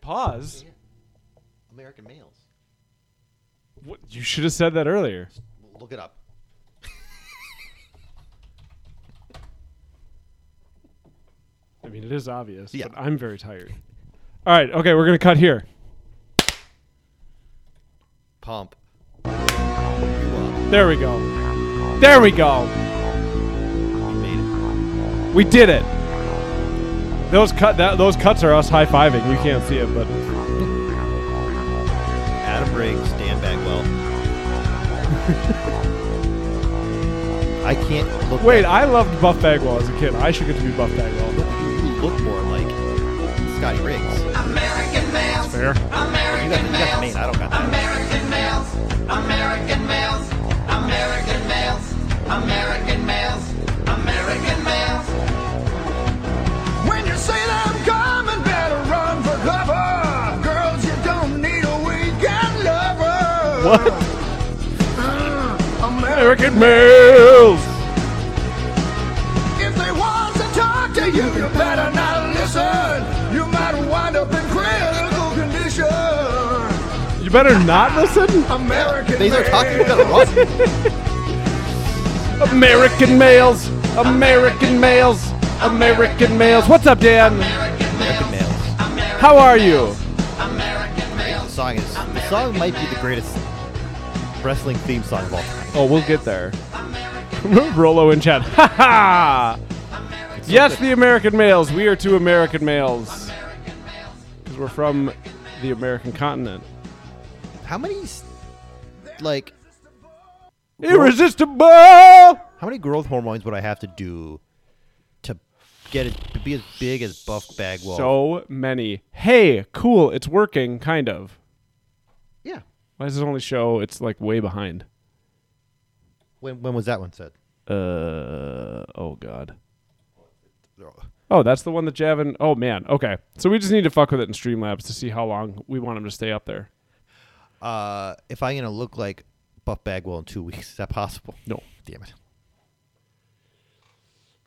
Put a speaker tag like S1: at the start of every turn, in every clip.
S1: pause.
S2: American males.
S1: What, you should have said that earlier.
S2: Look it up.
S1: I mean, it is obvious,
S2: Yeah.
S1: but I'm very tired. All right, okay, we're gonna cut here.
S2: Pump. You up.
S1: There we go. There we go.
S2: You made it.
S1: We did it. Those cut that those cuts are us high fiving. You can't see it, but
S2: Adam Riggs, Dan Bagwell. I can't look.
S1: wait, I loved Buff Bagwell as a kid. I should get to be Buff Bagwell.
S2: You look more like Scotty Riggs. You
S3: American males.
S1: Fair.
S3: American
S2: got, you got the
S3: males.
S2: name. I don't got that.
S3: American males. American males. American males. American males. American males.
S4: When you're saying I'm coming, better run for cover. Girls, you don't need a weekend lover.
S1: What?
S4: Mm, America.
S1: American males.
S4: If they want to talk to you, you better not listen. You might wind up in critical condition.
S1: You better not listen.
S4: American.
S2: These are talking
S4: male.
S2: about Russ.
S1: American males. American males. American males. What's up, Dan?
S3: American
S2: American
S3: males.
S2: males.
S3: American
S1: How are you?
S3: American
S2: The
S3: males.
S2: song is. The song might be the greatest wrestling theme song of all time.
S1: Oh, we'll get there. Rolo in chat. Ha ha! Yes, the American males. We are two American males. Because we're from the American continent.
S2: How many, s- like,
S1: Irresistible!
S2: how many growth hormones would I have to do to get it to be as big as Buff Bagwell?
S1: So many. Hey, cool. It's working, kind of.
S2: yeah.
S1: Why does it only show it's like way behind?
S2: When when was that one said?
S1: Uh, oh, God. Oh, that's the one that Javin. Oh, man. Okay. So we just need to fuck with it in Streamlabs to see how long we want him to stay up there.
S2: Uh, if I'm gonna look like Buff Bagwell in two weeks, is that possible?
S1: No.
S2: Damn it.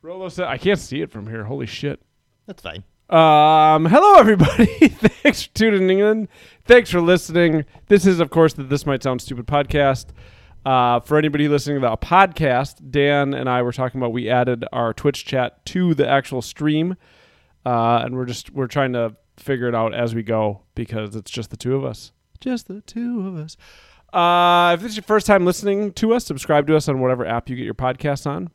S1: Rolo said, I can't see it from here. Holy shit.
S2: That's fine.
S1: Um, hello, everybody. Thanks for tuning in. Thanks for listening. This is, of course, the This Might Sound Stupid podcast. Uh, for anybody listening to the podcast, Dan and I were talking about we added our Twitch chat to the actual stream, uh, and we're just we're trying to figure it out as we go because it's just the two of us. Just the two of us. Uh, if this is your first time listening to us, subscribe to us on whatever app you get your podcasts on.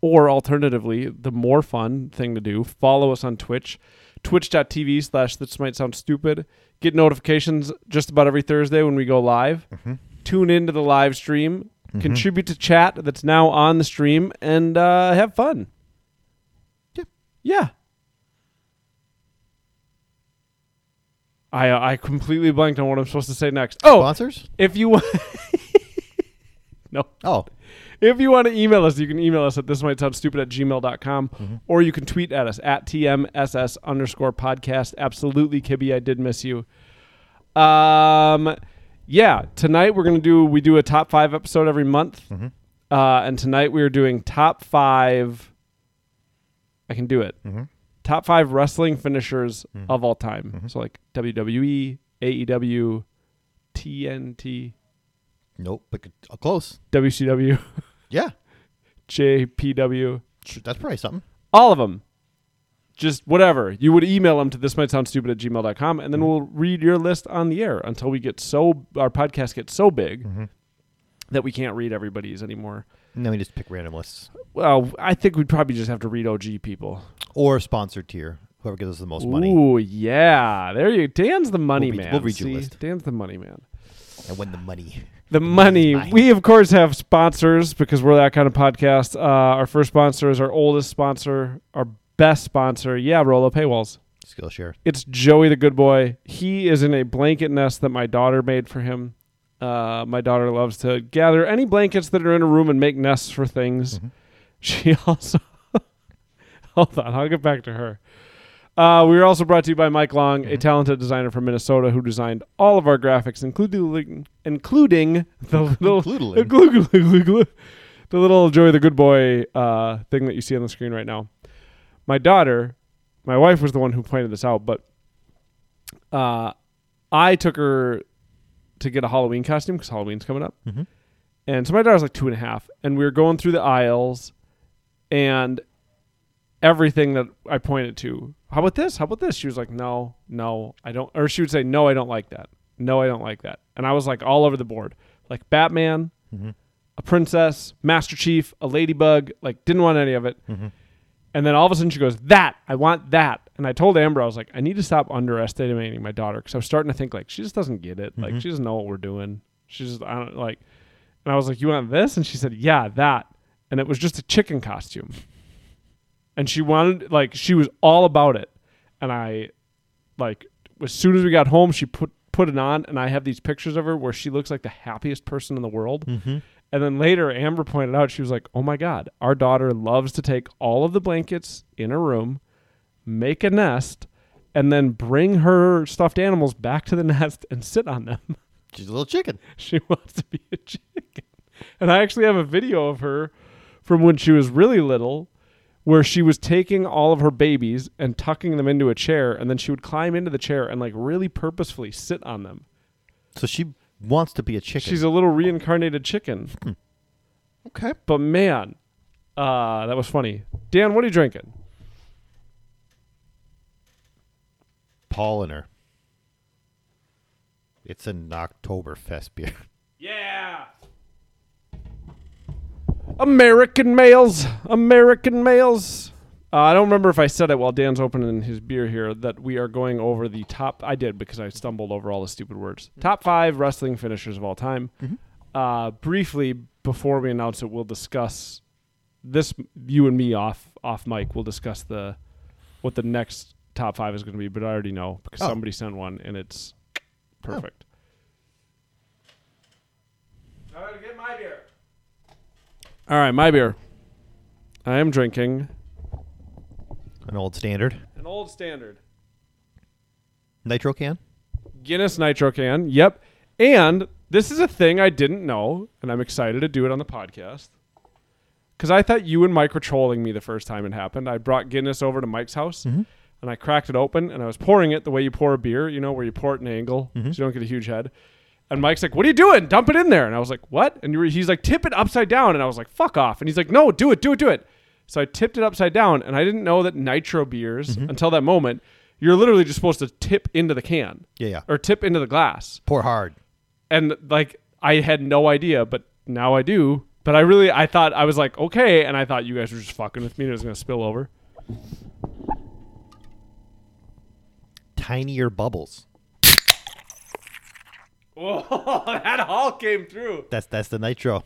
S1: Or alternatively, the more fun thing to do, follow us on Twitch, twitch.tv slash this might sound stupid. Get notifications just about every Thursday when we go live. Tune into the live stream, contribute to chat that's now on the stream, and uh, have fun. Yeah. I, I completely blanked on what I'm supposed to say next. Oh,
S2: Sponsors?
S1: if you want. no.
S2: Oh,
S1: If you want to email us, you can email us at this might sound stupid at gmail.com or you can tweet at us at TMSS underscore podcast. Absolutely, Kibby, I did miss you. Um, yeah, tonight we're going to do, we do a top five episode every month. Uh, and tonight we are doing top five. I can do it. Top five wrestling finishers of all time. So like E, WWE, AEW, TNT,
S2: nope. But c- uh, close.
S1: WCW,
S2: Yeah,
S1: JPW.
S2: Sh- that's probably something.
S1: all of them just whatever you would email them to this might sound stupid at gmail.com and then
S2: Mm-hmm.
S1: we'll read your list on the air until we get so our podcast gets so big
S2: Mm-hmm.
S1: that we can't read everybody's anymore
S2: And then we just pick random lists
S1: well i think we'd probably just have to read og people
S2: or sponsored tier. Whoever gives us the most money
S1: ooh yeah there you dan's the money
S2: We'll read-
S1: man
S2: we'll read your
S1: See?
S2: list.
S1: dan's the money man
S2: and win the money.
S1: the money.
S2: mine.
S1: We of course have sponsors because we're that kind of podcast. Uh, our first sponsor is our oldest sponsor, our best sponsor. Yeah, Rolo Paywalls.
S2: Skillshare.
S1: it's Joey the good boy. He is in a blanket nest that my daughter made for him. Uh, my daughter loves to gather any blankets that are in a room and make nests for things. She also hold on, I'll get back to her. Uh, we are also brought to you by Mike Long, a talented designer from Minnesota who designed all of our graphics, including including the little
S2: Including.
S1: glue, glue, glue, glue, the little Joey the Good Boy uh, thing that you see on the screen right now. My daughter, my wife was the one who pointed this out, but uh, I took her to get a Halloween costume because Halloween's coming up. And so my daughter's like two and a half, and we were going through the aisles, and everything that I pointed to. How about this? How about this? She was like, no, no, I don't. Or she would say, no, I don't like that. No, I don't like that. And I was like all over the board, like Batman, a princess, Master Chief, a ladybug. Like didn't want any of it. And then all of a sudden she goes, "That I want that." And I told Amber, I was like, "I need to stop underestimating my daughter because I was starting to think like she just doesn't get it. Like she doesn't know what we're doing. She just I don't like." And I was like, "You want this?" And she said, "Yeah, that." And it was just a chicken costume. And she wanted like she was all about it. And I like as soon as we got home, she put put it on, and I have these pictures of her where she looks like the happiest person in the world. And then later, Amber pointed out she was like, "Oh my god, our daughter loves to take all of the blankets in her room, make a nest, and then bring her stuffed animals back to the nest and sit on them.
S2: She's a little chicken.
S1: she wants to be a chicken." And I actually have a video of her from when she was really little where she was taking all of her babies and tucking them into a chair and then she would climb into the chair and like really purposefully sit on them.
S2: So she wants to be a chicken.
S1: She's a little reincarnated chicken.
S2: okay.
S1: But man, uh, that was funny. Dan, what are you drinking?
S2: Polliner. It's an Oktoberfest beer.
S1: Yeah. American males, American males. Uh, I don't remember if I said it while Dan's opening his beer here that we are going over the top. I did because I stumbled over all the stupid words. Top five wrestling finishers of all time. Uh, briefly before we announce it, we'll discuss this. You and me off off mic. We'll discuss the what the next top five is going to be, but I already know because
S2: Oh.
S1: somebody sent one and it's perfect. I gotta get my beer. All right, my beer. I am drinking
S2: An old standard.
S1: an old standard
S2: Nitro can?
S1: Guinness Nitro can. Yep. And this is a thing I didn't know, and I'm excited to do it on the podcast. Because I thought you and Mike were trolling me the first time it happened. I brought Guinness over to Mike's house,
S2: Mm-hmm.
S1: and I cracked it open, and I was pouring it the way you pour a beer, you know, where you pour it at an angle
S2: Mm-hmm.
S1: so you don't get a huge head. And Mike's like, "What are you doing? Dump it in there." And I was like, "What?" And you were, he's like, "Tip it upside down." And I was like, "Fuck off." And he's like, "No, do it, do it, do it." So I tipped it upside down, and I didn't know that nitro beers
S2: Mm-hmm.
S1: until that moment, you're literally just supposed to tip into the can
S2: Yeah, yeah.
S1: or tip into the glass.
S2: Pour hard.
S1: And like I had no idea, but now I do. But I really I thought I was like, okay, and I thought you guys were just fucking with me and it was gonna spill over.
S2: Tinier bubbles.
S1: Whoa, that all came through.
S2: That's that's the nitro.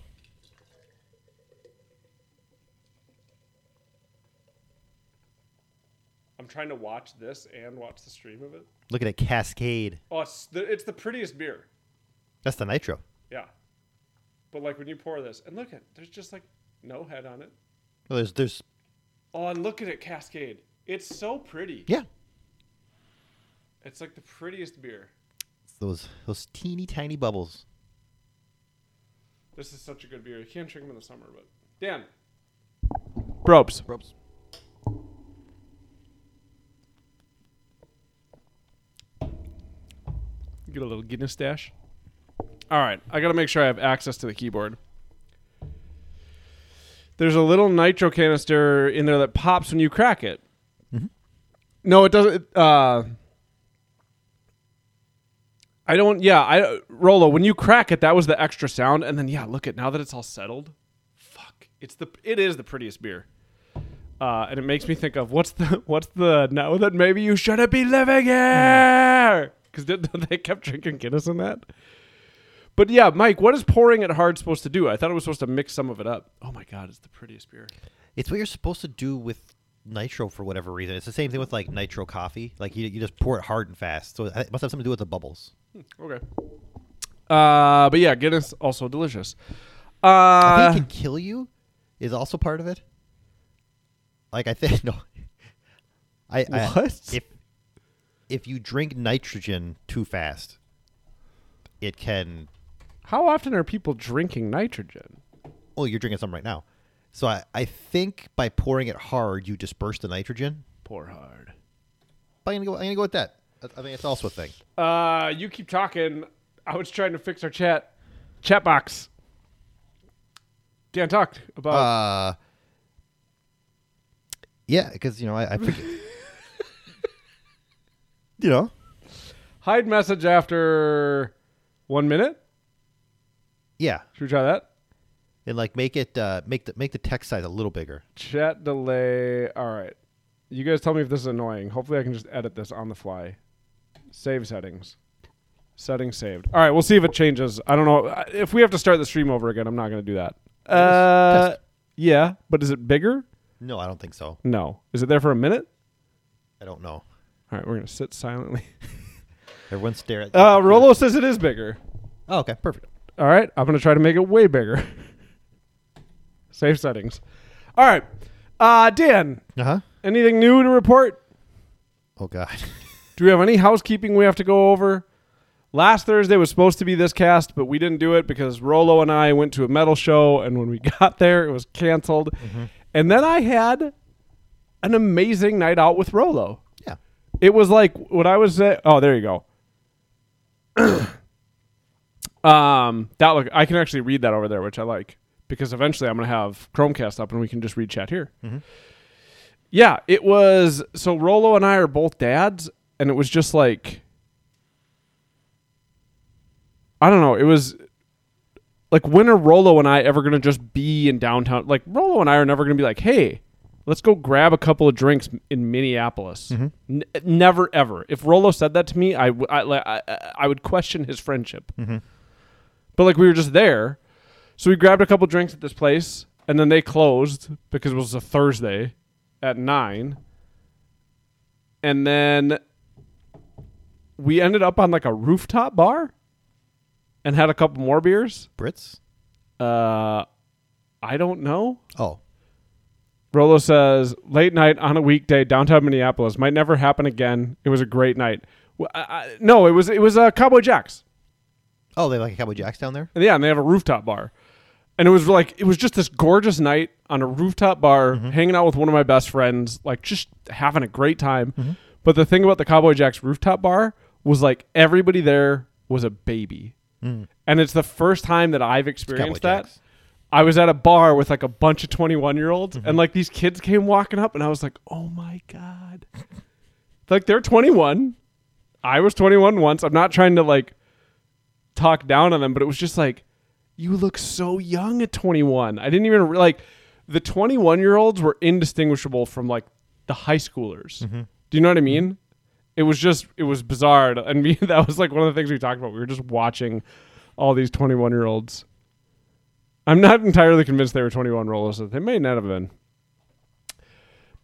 S1: I'm trying to watch this and watch the stream of it.
S2: Look at it cascade.
S1: Oh, it's the, it's the prettiest beer.
S2: That's the nitro.
S1: Yeah. But like when you pour this, and look at there's just like no head on it.
S2: Well, there's there's
S1: Oh, and look at it cascade. It's so pretty.
S2: yeah.
S1: It's like the prettiest beer.
S2: Those those teeny tiny bubbles.
S1: This is such a good beer. You can't drink them in the summer, but Dan. Bropes.
S2: Ropes.
S1: Get a little Guinness dash. All right, I got to make sure I have access to the keyboard. There's a little nitro canister in there that pops when you crack it. No, it doesn't. it, uh, I don't. Yeah, I Rolo. When you crack it, that was the extra sound, and then yeah, look at now that it's all settled. Fuck, it's the it is the prettiest beer, uh, and it makes me think of what's the what's the now that maybe you shouldn't be living here because they kept drinking Guinness in that. But yeah, Mike, what is pouring it hard supposed to do? I thought it was supposed to mix some of it up. Oh my god, it's the prettiest beer.
S2: It's what you're supposed to do with nitro for whatever reason. It's the same thing with like nitro coffee. Like you, you just pour it hard and fast. So it must have something to do with the bubbles.
S1: Okay. Uh, but yeah, Guinness also delicious. Uh,
S2: I think can kill you is also part of it. Like I think no. I, I
S1: What?
S2: if if you drink nitrogen too fast, it can.
S1: How often are people drinking nitrogen?
S2: Oh, you're drinking some right now. So I, I think by pouring it hard, you disperse the nitrogen.
S1: Pour hard.
S2: But I'm gonna go. I'm gonna go with that. I I think it's also a thing.
S1: Uh, you keep talking. I was trying to fix our chat chat box. Dan talked about
S2: Uh, yeah, because you know I, I forget. you know,
S1: hide message after one minute.
S2: yeah,
S1: Should we try that?
S2: and like make it uh, make the make the text size a little bigger.
S1: Chat delay. All right. You guys tell me if this is annoying. Hopefully, I can just edit this on the fly. Save settings. Settings saved. All right. We'll see if it changes. I don't know. I- If we have to start the stream over again, I'm not going to do that. Uh, yeah. But is it bigger?
S2: No, I don't think so.
S1: No. Is it there for a minute?
S2: I don't know.
S1: All right. We're going to sit silently.
S2: Everyone stare at.
S1: Uh, Rolo says it is bigger.
S2: Oh, okay, perfect.
S1: All right, I'm going to try to make it way bigger. Safe settings. All right, uh, Dan,
S2: Uh huh.
S1: anything new to report?
S2: Oh God.
S1: Do we have any housekeeping we have to go over? Last Thursday was supposed to be this cast, but we didn't do it because Rolo and I went to a metal show, and when we got there, it was canceled. And then I had an amazing night out with Rolo.
S2: yeah.
S1: It was like what I was saying. Oh, there you go. um, that look. I can actually read that over there, which I like because eventually I'm gonna have Chromecast up and we can just read chat here. Yeah, it was. So Rolo and I are both dads, and it was just like I don't know. It was like when are Rolo and I ever gonna just be in downtown? Like Rolo and I are never gonna be like, hey, let's go grab a couple of drinks in Minneapolis. N- never ever. If Rolo said that to me, I w- I like, I- I- I would question his friendship. But like we were just there, so we grabbed a couple drinks at this place, and then they closed because it was a Thursday at nine, and then we ended up on like a rooftop bar and had a couple more beers.
S2: Brits.
S1: Uh, I don't know.
S2: Oh.
S1: Rolo says, late night on a weekday, downtown Minneapolis. Might never happen again. It was a great night. Well, I, I, no, it was it was uh, Cowboy Jack's.
S2: Oh, they have like a Cowboy Jacks down there.
S1: And yeah, and they have a rooftop bar. And it was like it was just this gorgeous night on a rooftop bar, hanging out with one of my best friends, like just having a great time. But the thing about the Cowboy Jack's rooftop bar was like everybody there was a baby. And it's the first time that I've experienced that.
S2: Jack's.
S1: I was at a bar with like a bunch of 21 year olds, and like these kids came walking up, and I was like, oh my God. like they're 21. I was 21 once. I'm not trying to like talk down on them, but it was just like, you look so young at 21. I didn't even re- like the 21 year olds were indistinguishable from like the high schoolers. Do you know what I mean? It was just, it was bizarre. to- And me, that was like one of the things we talked about. We were just watching all these 21 year olds. I'm not entirely convinced they were 21 rollers. They may not have been.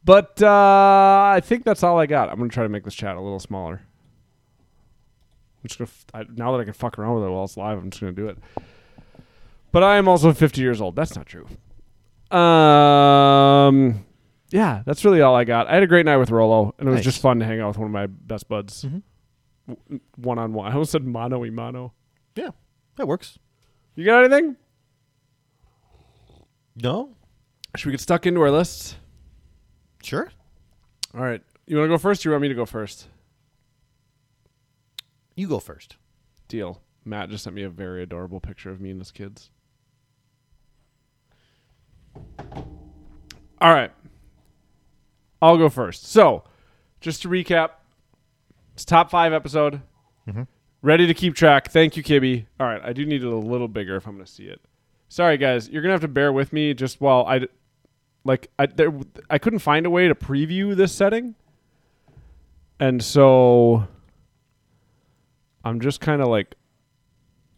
S1: But uh, I think that's all I got. I'm going to try to make this chat a little smaller. I'm just gonna f- I, now that I can fuck around with it while it's live, I'm just gonna do it. But I am also 50 years old. That's not true. Um, yeah, that's really all I got. I had a great night with Rolo, and it was
S2: Nice.
S1: just fun to hang out with one of my best buds, one on one. I almost said mono e mono.
S2: Yeah, that works.
S1: You got anything?
S2: No.
S1: Should we get stuck into our lists?
S2: Sure.
S1: All right, you want to go first? Or you want me to go first?
S2: You go first.
S1: Deal. Matt just sent me a very adorable picture of me and his kids. All right. I'll go first. So, just to recap, it's top five episode. Ready to keep track. Thank you, Kibby. All right. I do need it a little bigger if I'm going to see it. Sorry, guys. You're going to have to bear with me just while I. d- Like, I, there, I couldn't find a way to preview this setting. And so. I'm just kind of like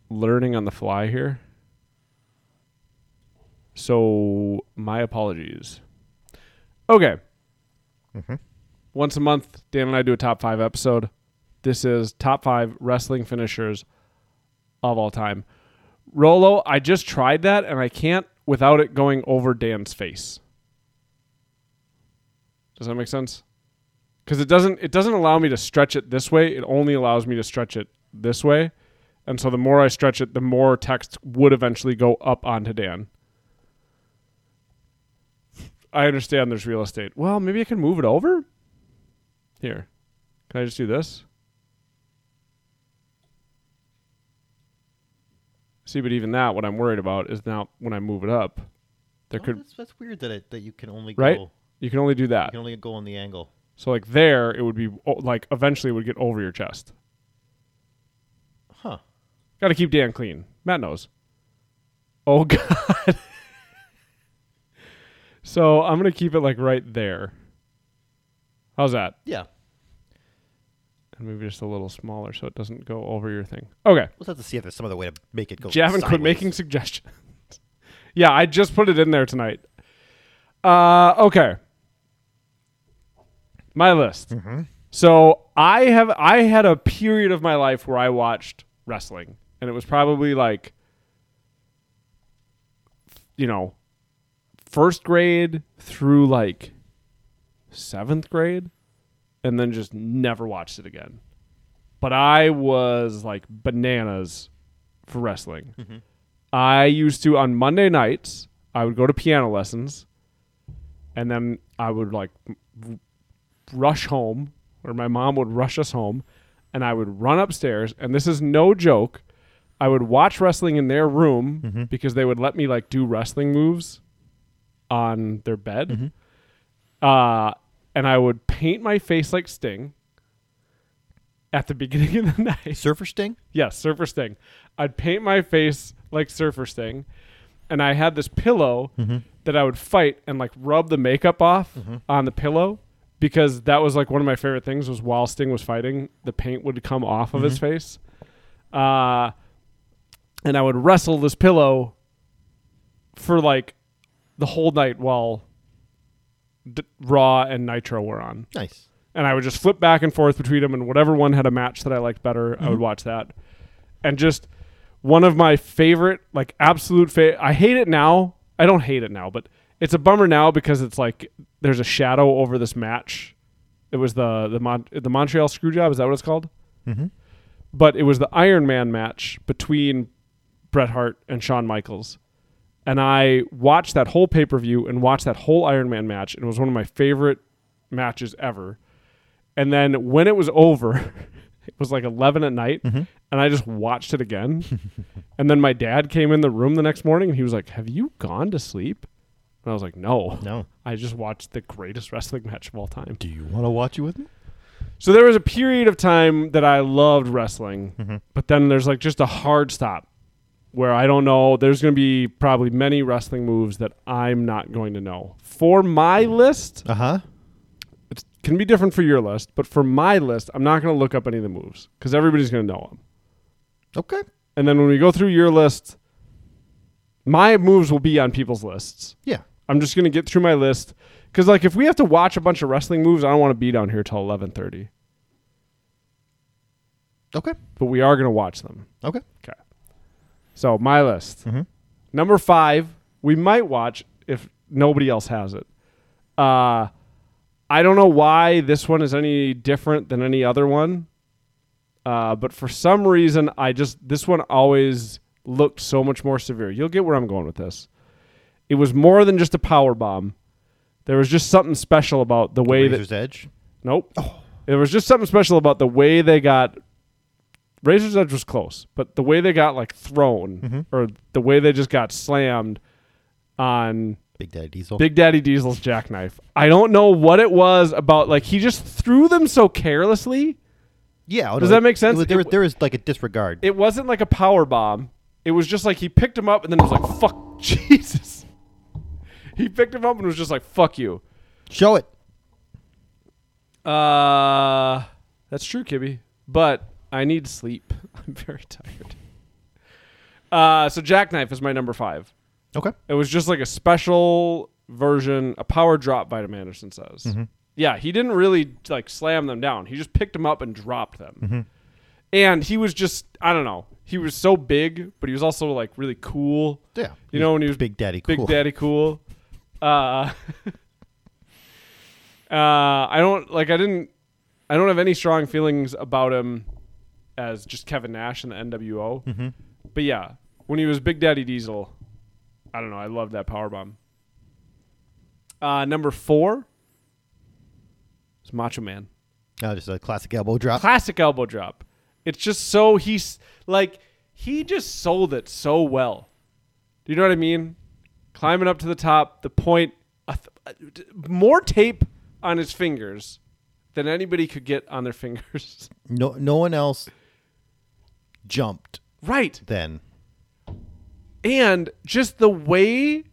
S1: learning on the fly here. So my apologies. Okay. Once a month, Dan and I do a top five episode. This is top five wrestling finishers of all time. Rolo, I just tried that and I can't without it going over Dan's face. Does that make sense? because it doesn't it doesn't allow me to stretch it this way. It only allows me to stretch it this way, and so the more I stretch it, the more text would eventually go up onto Dan. I understand there's real estate. Well, maybe I can move it over. Here, can I just do this? See, but even that, what I'm worried about is now when I move it up, there
S2: Oh,
S1: could
S2: that's, that's weird that it, that you can only
S1: right.
S2: go you
S1: You can only do that.
S2: can only go on the angle.
S1: So like there, it would be o- like eventually it would get over your chest.
S2: Huh.
S1: Got to keep Dan clean. Matt knows. Oh God. so I'm gonna keep it like right there. How's that?
S2: Yeah.
S1: And maybe just a little smaller so it doesn't go over your thing. Okay.
S2: We'll have to see if there's some other way to make it go.
S1: Javin quit
S2: sideways.
S1: making suggestions. yeah, I just put it in there tonight. Uh, okay. My list.
S2: Mm-hmm.
S1: So I have I had a period of my life where I watched wrestling, and it was probably like, you know, first grade through like seventh grade, and then just never watched it again. But I was like bananas for wrestling. I used to on Monday nights, I would go to piano lessons and then I would like r- rush home or my mom would rush us home and I would run upstairs and this is no joke. I would watch wrestling in their room because they would let me like do wrestling moves on their bed. Uh, and I would paint my face like Sting at the beginning of the night.
S2: surfer sting.
S1: Yes, Surfer Sting. I'd paint my face like Surfer Sting, and I had this pillow that I would fight and like rub the makeup off on the pillow because that was like one of my favorite things was while Sting was fighting, the paint would come off of his face. Uh, and I would wrestle this pillow for like the whole night while D- Raw and Nitro were on
S2: Nice.
S1: and I would just flip back and forth between them, and whatever one had a match that I liked better, I would watch that. And just one of my favorite, like absolute favorite. I hate it now. I don't hate it now, but it's a bummer now because it's like there's a shadow over this match. It was the the Mon- the Montreal Screwjob. Is that what it's called? Mm-hmm. But it was the Iron Man match between Bret Hart and Shawn Michaels. And I watched that whole pay per view and watched that whole Iron Man match, and it was one of my favorite matches ever. And then when it was over, it was like 11 at night,
S2: Mm-hmm.
S1: and I just watched it again. and then my dad came in the room the next morning and he was like, Have you gone to sleep? And I was like, No.
S2: No.
S1: I just watched the greatest wrestling match of all time.
S2: Do you want to watch it with me?
S1: So there was a period of time that I loved wrestling, but then there's like just a hard stop where I don't know. There's going to be probably many wrestling moves that I'm not going to know. For my list,
S2: Uh huh.
S1: it can be different for your list, but for my list, I'm not going to look up any of the moves because everybody's going to know them.
S2: Okay.
S1: And then when we go through your list, my moves will be on people's lists.
S2: Yeah.
S1: I'm just going to get through my list because, like, if we have to watch a bunch of wrestling moves, I don't want to be down here till 11:30.
S2: Okay.
S1: But we are going to watch them.
S2: Okay.
S1: Okay. So my list. Number five, we might watch if nobody else has it. Uh, I don't know why this one is any different than any other one, uh, but for some reason, I just this one always looked so much more severe. You'll get where I'm going with this. It was more than just a power bomb. There was just something special about the way that
S2: Razor's Edge.
S1: Nope. There was just something special about the way they got. Razor's Edge was close, but the way they got like thrown, or the way they just got slammed on
S2: Big Daddy Diesel.
S1: Big Daddy Diesel's jackknife. I don't know what it was about. Like he just threw them so carelessly.
S2: Yeah. oh,
S1: Does that make sense?
S2: there,
S1: It-
S2: there is like a disregard.
S1: It wasn't like a power bomb. It was just like he picked him up and then was like, "Fuck Jesus." He picked him up and was just like, "Fuck you."
S2: Show it.
S1: Uh, that's true, Kibby. But I need sleep. I'm very tired. Uh, so Jackknife is my number five.
S2: Okay.
S1: It was just like a special version, a power drop. Vitam Anderson says, "Yeah, he didn't really like slam them down. He just picked them up and dropped them. And he was just, I don't know, he was so big, but he was also like really cool.
S2: Yeah.
S1: you know, when he was
S2: Big Daddy
S1: Big
S2: Cool.
S1: Daddy Cool. Uh, uh, I don't like. I didn't. I don't have any strong feelings about him as just Kevin Nash in the NWO.
S2: Mm-hmm.
S1: But yeah, when he was Big Daddy Diesel, I don't know. I loved that power bomb. Uh, number four is Macho Man
S2: Uh, just a classic elbow drop.
S1: classic elbow drop. It's just so he's like he just sold it so well. Do you know what I mean? Climbing up to the top, the point, a th- more tape on his fingers than anybody could get on their fingers.
S2: No, no one else jumped
S1: right.
S2: then.
S1: and just the way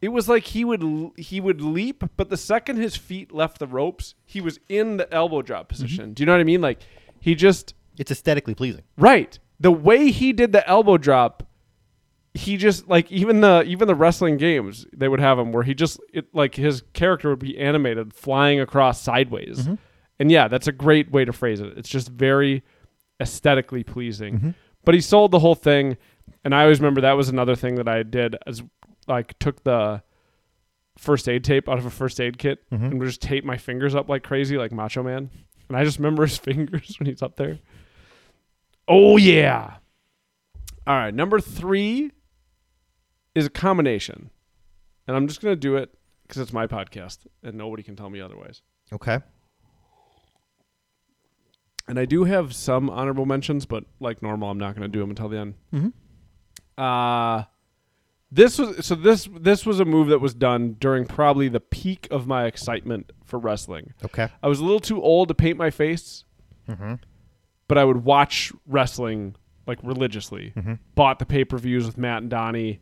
S1: it was like he would l- he would leap but the second his feet left the ropes he was in the elbow drop position do you know what i mean like he just
S2: It's aesthetically pleasing.
S1: right the way he did the elbow drop he just like even the even the wrestling games they would have him where he just it like his character would be animated flying across sideways and yeah that's a great way to phrase it it's just very aesthetically pleasing but he sold the whole thing and i always remember that was another thing that i did as like took the first aid tape out of a first aid kit and would just tape my fingers up like crazy like macho man and i just remember his fingers when he's up there oh yeah all right, number three is a combination, and I'm just gonna do it because it's my podcast, and nobody can tell me otherwise.
S2: Okay.
S1: And I do have some honorable mentions, but like normal, I'm not gonna do them until the end. Uh this was so this this was a move that was done during probably the peak of my excitement for wrestling.
S2: Okay.
S1: I was a little too old to paint my face, but I would watch wrestling like religiously. Bought the pay per views with Matt and Donnie.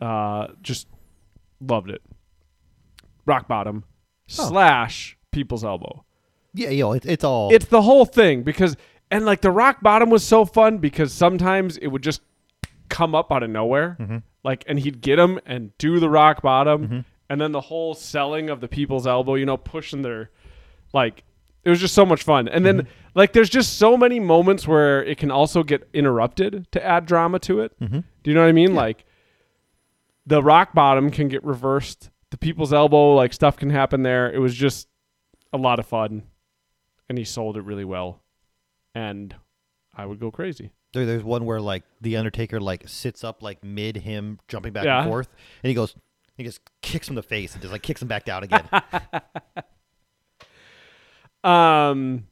S1: Uh, just loved it. Rock bottom slash people's elbow.
S2: Yeah, yo, it, it's all.
S1: It's the whole thing because and like the rock bottom was so fun because sometimes it would just come up out of nowhere, like and he'd get him and do the rock bottom, and then the whole selling of the people's elbow, you know, pushing their like it was just so much fun. And then like there's just so many moments where it can also get interrupted to add drama to it. Do you know what I mean? Like the rock bottom can get reversed. The people's elbow, like stuff can happen there. It was just a lot of fun and he sold it really well and i would go crazy
S2: there, there's one where like the Undertaker like sits up like mid him jumping back
S1: Yeah.
S2: and forth, and he goes, he just kicks him in the face and just like kicks him back down again.
S1: um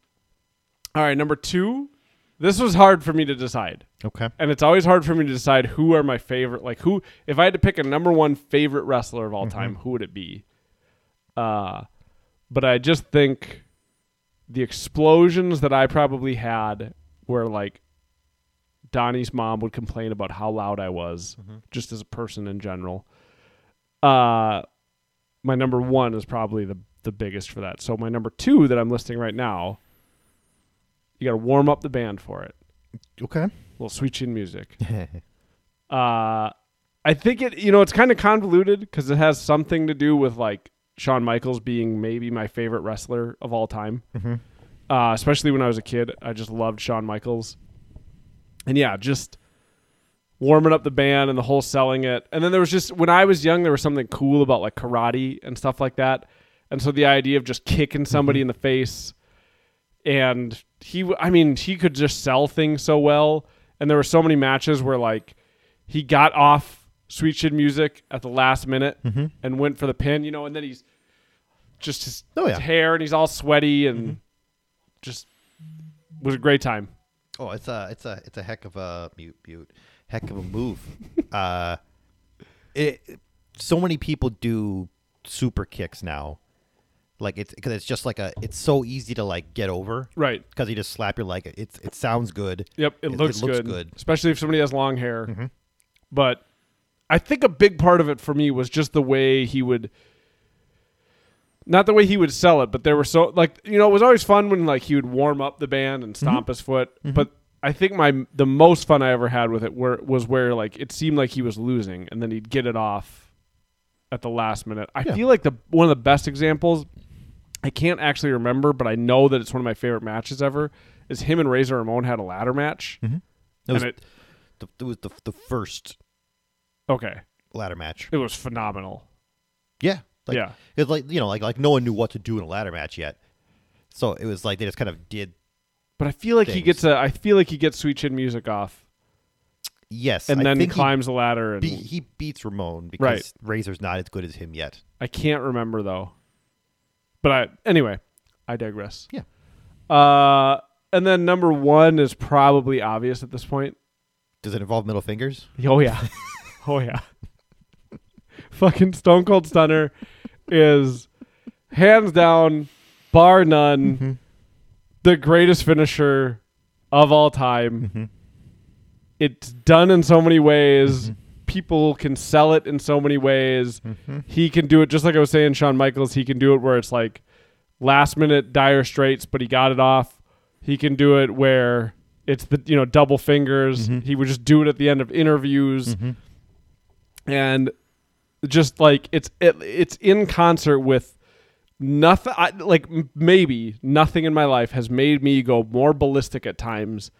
S1: all right number two this was hard for me to decide
S2: okay.
S1: and it's always hard for me to decide who are my favorite like who if i had to pick a number one favorite wrestler of all time who would it be uh but i just think the explosions that i probably had were like donnie's mom would complain about how loud i was just as a person in general uh my number one is probably the the biggest for that so my number two that i'm listing right now you gotta warm up the band for it
S2: Okay.
S1: little sweet chin music. uh, I think it, you know, it's kind of convoluted because it has something to do with like Shawn Michaels being maybe my favorite wrestler of all time. Uh, especially when I was a kid, I just loved Shawn Michaels. And yeah, just warming up the band and the whole selling it. And then there was just when I was young, there was something cool about like karate and stuff like that. And so the idea of just kicking
S2: Mm-hmm.
S1: somebody in the face and he w- i mean he could just sell things so well and there were so many matches where like he got off sweet chin music at the last minute
S2: Mm-hmm.
S1: and went for the pin you know and then he's just his,
S2: Oh, yeah. Mm-hmm.
S1: his hair and he's all sweaty and just was a great time
S2: Oh, it's a it's a it's a heck of a mute mute heck of a move. uh, it so many people do super kicks now, like it's because it's just like a it's so easy to like get over
S1: right
S2: because you just slap your leg. It's it sounds good.
S1: Yep, it, looks,
S2: it looks
S1: good,
S2: good.
S1: especially if somebody has long hair. But I think a big part of it for me was just the way he would not the way he would sell it, but there were so like you know, it was always fun when like he would warm up the band and stomp his foot, but I think my the most fun I ever had with it were, was where like it seemed like he was losing and then he'd get it off at the last minute. I feel like the one of the best examples I can't actually remember, but I know that it's one of my favorite matches ever. Is him and Razor Ramon had a ladder match?
S2: Mm-hmm. It was,
S1: And it-
S2: the, it was the the first
S1: Okay,
S2: ladder match.
S1: it was phenomenal.
S2: Yeah. Like,
S1: Yeah.
S2: It's like you know, like like no one knew what to do in a ladder match yet, so it was like they just kind of did.
S1: But I feel like he
S2: Things.
S1: gets a. I feel like he gets Sweet Chin Music off,
S2: Yes,
S1: and
S2: I
S1: then
S2: think
S1: climbs the ladder.
S2: He,
S1: And
S2: be, he beats Ramon because Razor's not as good as him yet.
S1: I can't remember though. But I anyway, I digress.
S2: Yeah.
S1: Uh, and then number one is probably obvious at this point.
S2: Does it involve middle fingers?
S1: Oh yeah. Oh yeah. Fucking Stone Cold Stunner is hands down, bar none, the greatest finisher of all time. It's done in so many ways. People can sell it in so many ways. He can do it just like I was saying, Shawn Michaels, he can do it where it's like last minute dire straits, but he got it off. He can do it where it's the you know double fingers. He would just do it at the end of interviews, and just like it's it, it's in concert with nothing. I, like m- maybe nothing in my life has made me go more ballistic at times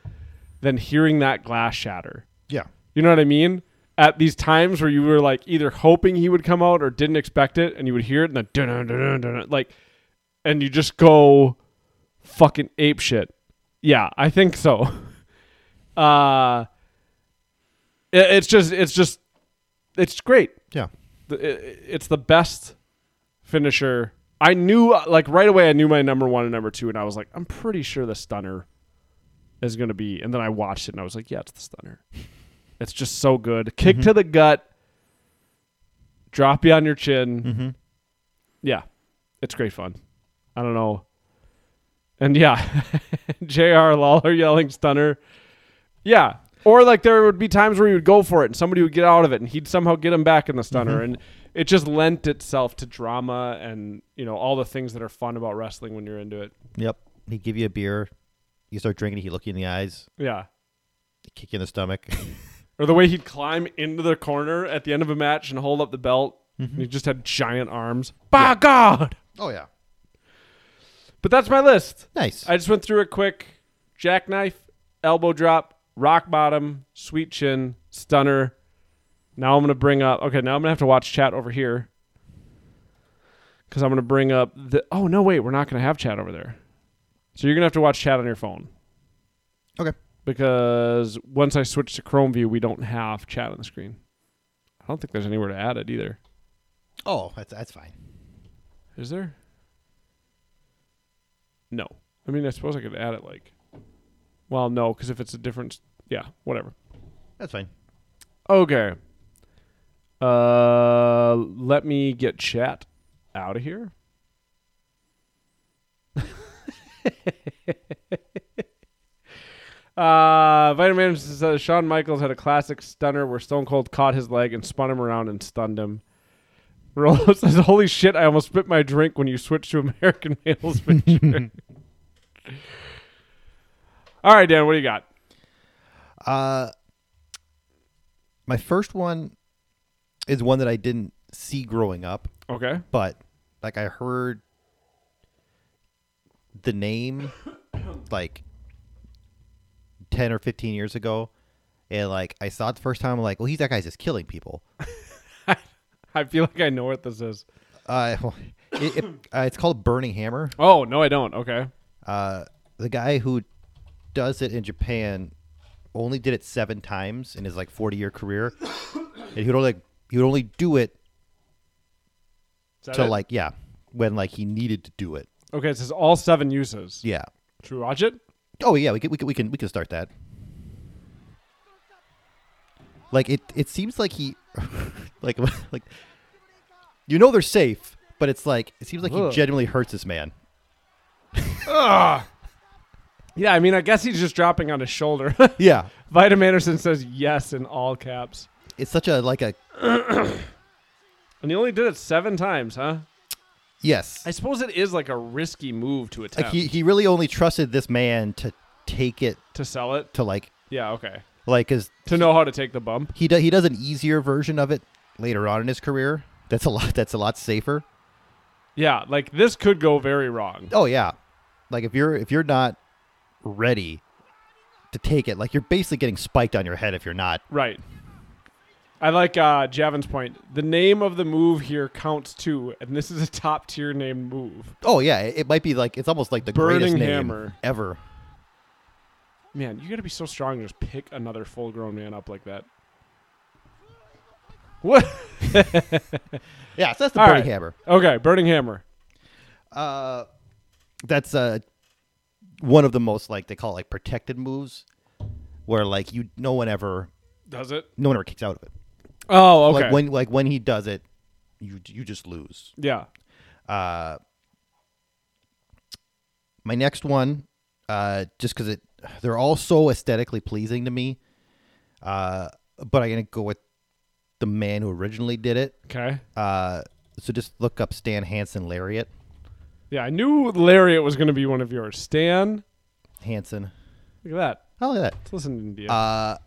S1: than hearing that glass shatter.
S2: Yeah.
S1: You know what I mean? At these times where you were like either hoping he would come out or didn't expect it, and you would hear it and then dun dun dun dun dun like, and you just go fucking ape shit. Yeah, I think so. Uh, it, it's just, it's just, it's great.
S2: Yeah.
S1: The- it- It's the best finisher. I knew uh, like right away. I knew my number one and number two, and I was like, I'm pretty sure the stunner is gonna be. And then I watched it, and I was like, Yeah, it's the stunner. It's just so good. Kick to the gut, drop you on your chin. Yeah, it's great fun. I don't know. And yeah, J.R. Lawler yelling stunner. Yeah. Or like there would be times where he would go for it and somebody would get out of it and he'd somehow get him back in the stunner.
S2: Mm-hmm.
S1: And it just lent itself to drama and, you know, all the things that are fun about wrestling when you're into it.
S2: Yep. He give you a beer. You start drinking. He look you in the eyes.
S1: Yeah.
S2: Kick you in the stomach.
S1: Or the way he'd climb into the corner at the end of a match and hold up the belt. And he just had giant arms. By God.
S2: Mm-hmm. oh yeah.
S1: But that's my list.
S2: Nice.
S1: I just went through it quick. Jackknife, elbow drop, rock bottom, sweet chin, stunner. Now I'm gonna bring up. Okay, now I'm gonna have to watch chat over here because I'm gonna bring up the. Oh no, wait, we're not gonna have chat over there. So you're gonna have to watch chat on your phone
S2: okay.
S1: because once I switch to Chrome View, we don't have chat on the screen. I don't think there's anywhere to add it either.
S2: Oh, that's that's fine.
S1: Is there? No. I mean, I suppose I could add it like. Well, no, because if it's a different, yeah, whatever.
S2: That's fine.
S1: Okay. Uh, let me get chat out of here. uh, Vitamin says Shawn Michaels had a classic stunner where Stone Cold caught his leg and spun him around and stunned him. Rolo says, "Holy shit! I almost spit my drink when you switched to American Males picture." All right, Dan, what do you got?
S2: Uh, my first one is one that I didn't see growing up,
S1: Okay.
S2: but like I heard the name like 10 or 15 years ago and like I saw it the first time I'm like, "Well, he's that guy's just killing people."
S1: I feel like I know what this is.
S2: Uh, it, it, uh it's called Burning Hammer.
S1: Oh no, I don't. Okay.
S2: Uh, the guy who does it in Japan only did it seven times in his like forty year career, and he would only like, he would only do it to like yeah when like he needed to do it.
S1: okay, it says all seven uses.
S2: Yeah.
S1: Should we watch it?
S2: Oh yeah, we can we can we can, we can start that. Like it it seems like he like like you know they're safe, but it's like it seems like
S1: Ugh.
S2: he genuinely hurts this man.
S1: Yeah, I mean, I guess he's just dropping on his shoulder.
S2: Yeah.
S1: Vitam Anderson says yes in all caps,
S2: It's such a like a
S1: and he only did it seven times, huh?
S2: yes.
S1: I suppose it is like a risky move to
S2: like
S1: attempt
S2: he, he really only trusted this man to take it
S1: to sell it.
S2: to like
S1: Yeah, okay.
S2: like cuz
S1: To know how to take the bump.
S2: he does he does an easier version of it later on in his career. That's a lot that's a lot safer.
S1: Yeah, like this could go very wrong.
S2: Oh yeah. Like if you're if you're not ready to take it, like you're basically getting spiked on your head if you're not.
S1: Right. I like uh, Javin's point. The name of the move here counts too, and this is a top tier name move.
S2: Oh yeah, it, it might be like it's almost like the
S1: Burning
S2: greatest name
S1: hammer.
S2: ever.
S1: Man, you gotta be so strong to just pick another full grown man up like that. What?
S2: Yeah, so that's the
S1: All
S2: burning
S1: right.
S2: hammer.
S1: Okay, Burning Hammer.
S2: Uh, that's uh one of the most like they call it like protected moves, where like you no one ever
S1: Does it?
S2: No one ever kicks out of it.
S1: Oh, okay.
S2: Like when like when he does it, you you just lose.
S1: yeah.
S2: Uh, my next one, uh, just because it, they're all so aesthetically pleasing to me. Uh, but I'm gonna go with the man who originally did it.
S1: Okay.
S2: Uh, so just look up Stan Hansen lariat.
S1: Yeah, I knew Lariat was going to be one of yours. Stan,
S2: Hansen,
S1: look at that.
S2: I like that.
S1: Let's listen to India.
S2: Uh,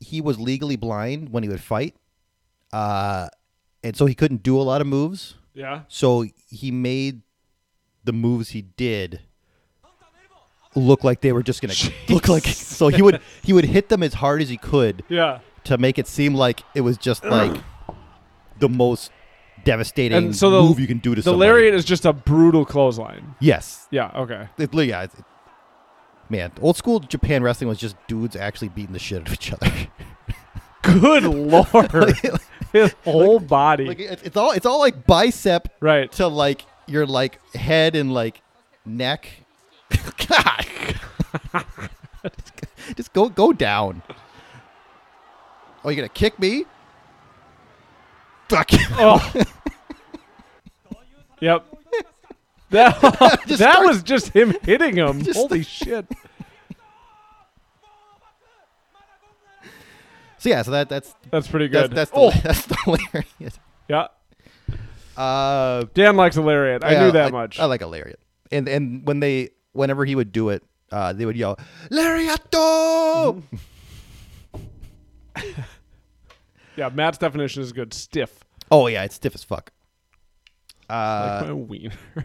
S2: he was legally blind when he would fight, uh, and so he couldn't do a lot of moves.
S1: yeah.
S2: So he made the moves he did look like they were just gonna look like. So he would he would hit them as hard as he could
S1: Yeah.
S2: to make it seem like it was just like the most devastating
S1: And so the
S2: move you can do to
S1: the
S2: somebody.
S1: Lariat is just a brutal clothesline.
S2: Yes,
S1: Yeah, okay.
S2: it, yeah. It, man, old school Japan wrestling was just dudes actually beating the shit out of each other.
S1: Good lord. His whole body.
S2: like it, it's all it's all like bicep
S1: right.
S2: to like your like head and like neck. God. Just go go down. Oh, you gonna kick me? Fuck.
S1: Oh. yep. That, that
S2: starts-
S1: was just him hitting him.
S2: Just-
S1: Holy shit.
S2: So yeah, so that that's
S1: That's pretty
S2: that's
S1: good.
S2: that's the,
S1: oh,
S2: that's the lariat.
S1: yeah.
S2: Uh,
S1: Dan likes a lariat. I
S2: yeah,
S1: knew that
S2: like-
S1: much.
S2: I like a lariat, and and when they whenever he would do it, uh, they would yell lariato.
S1: Mm-hmm. yeah, Matt's definition is good. Stiff.
S2: Oh yeah, it's stiff as fuck.
S1: Like my wiener.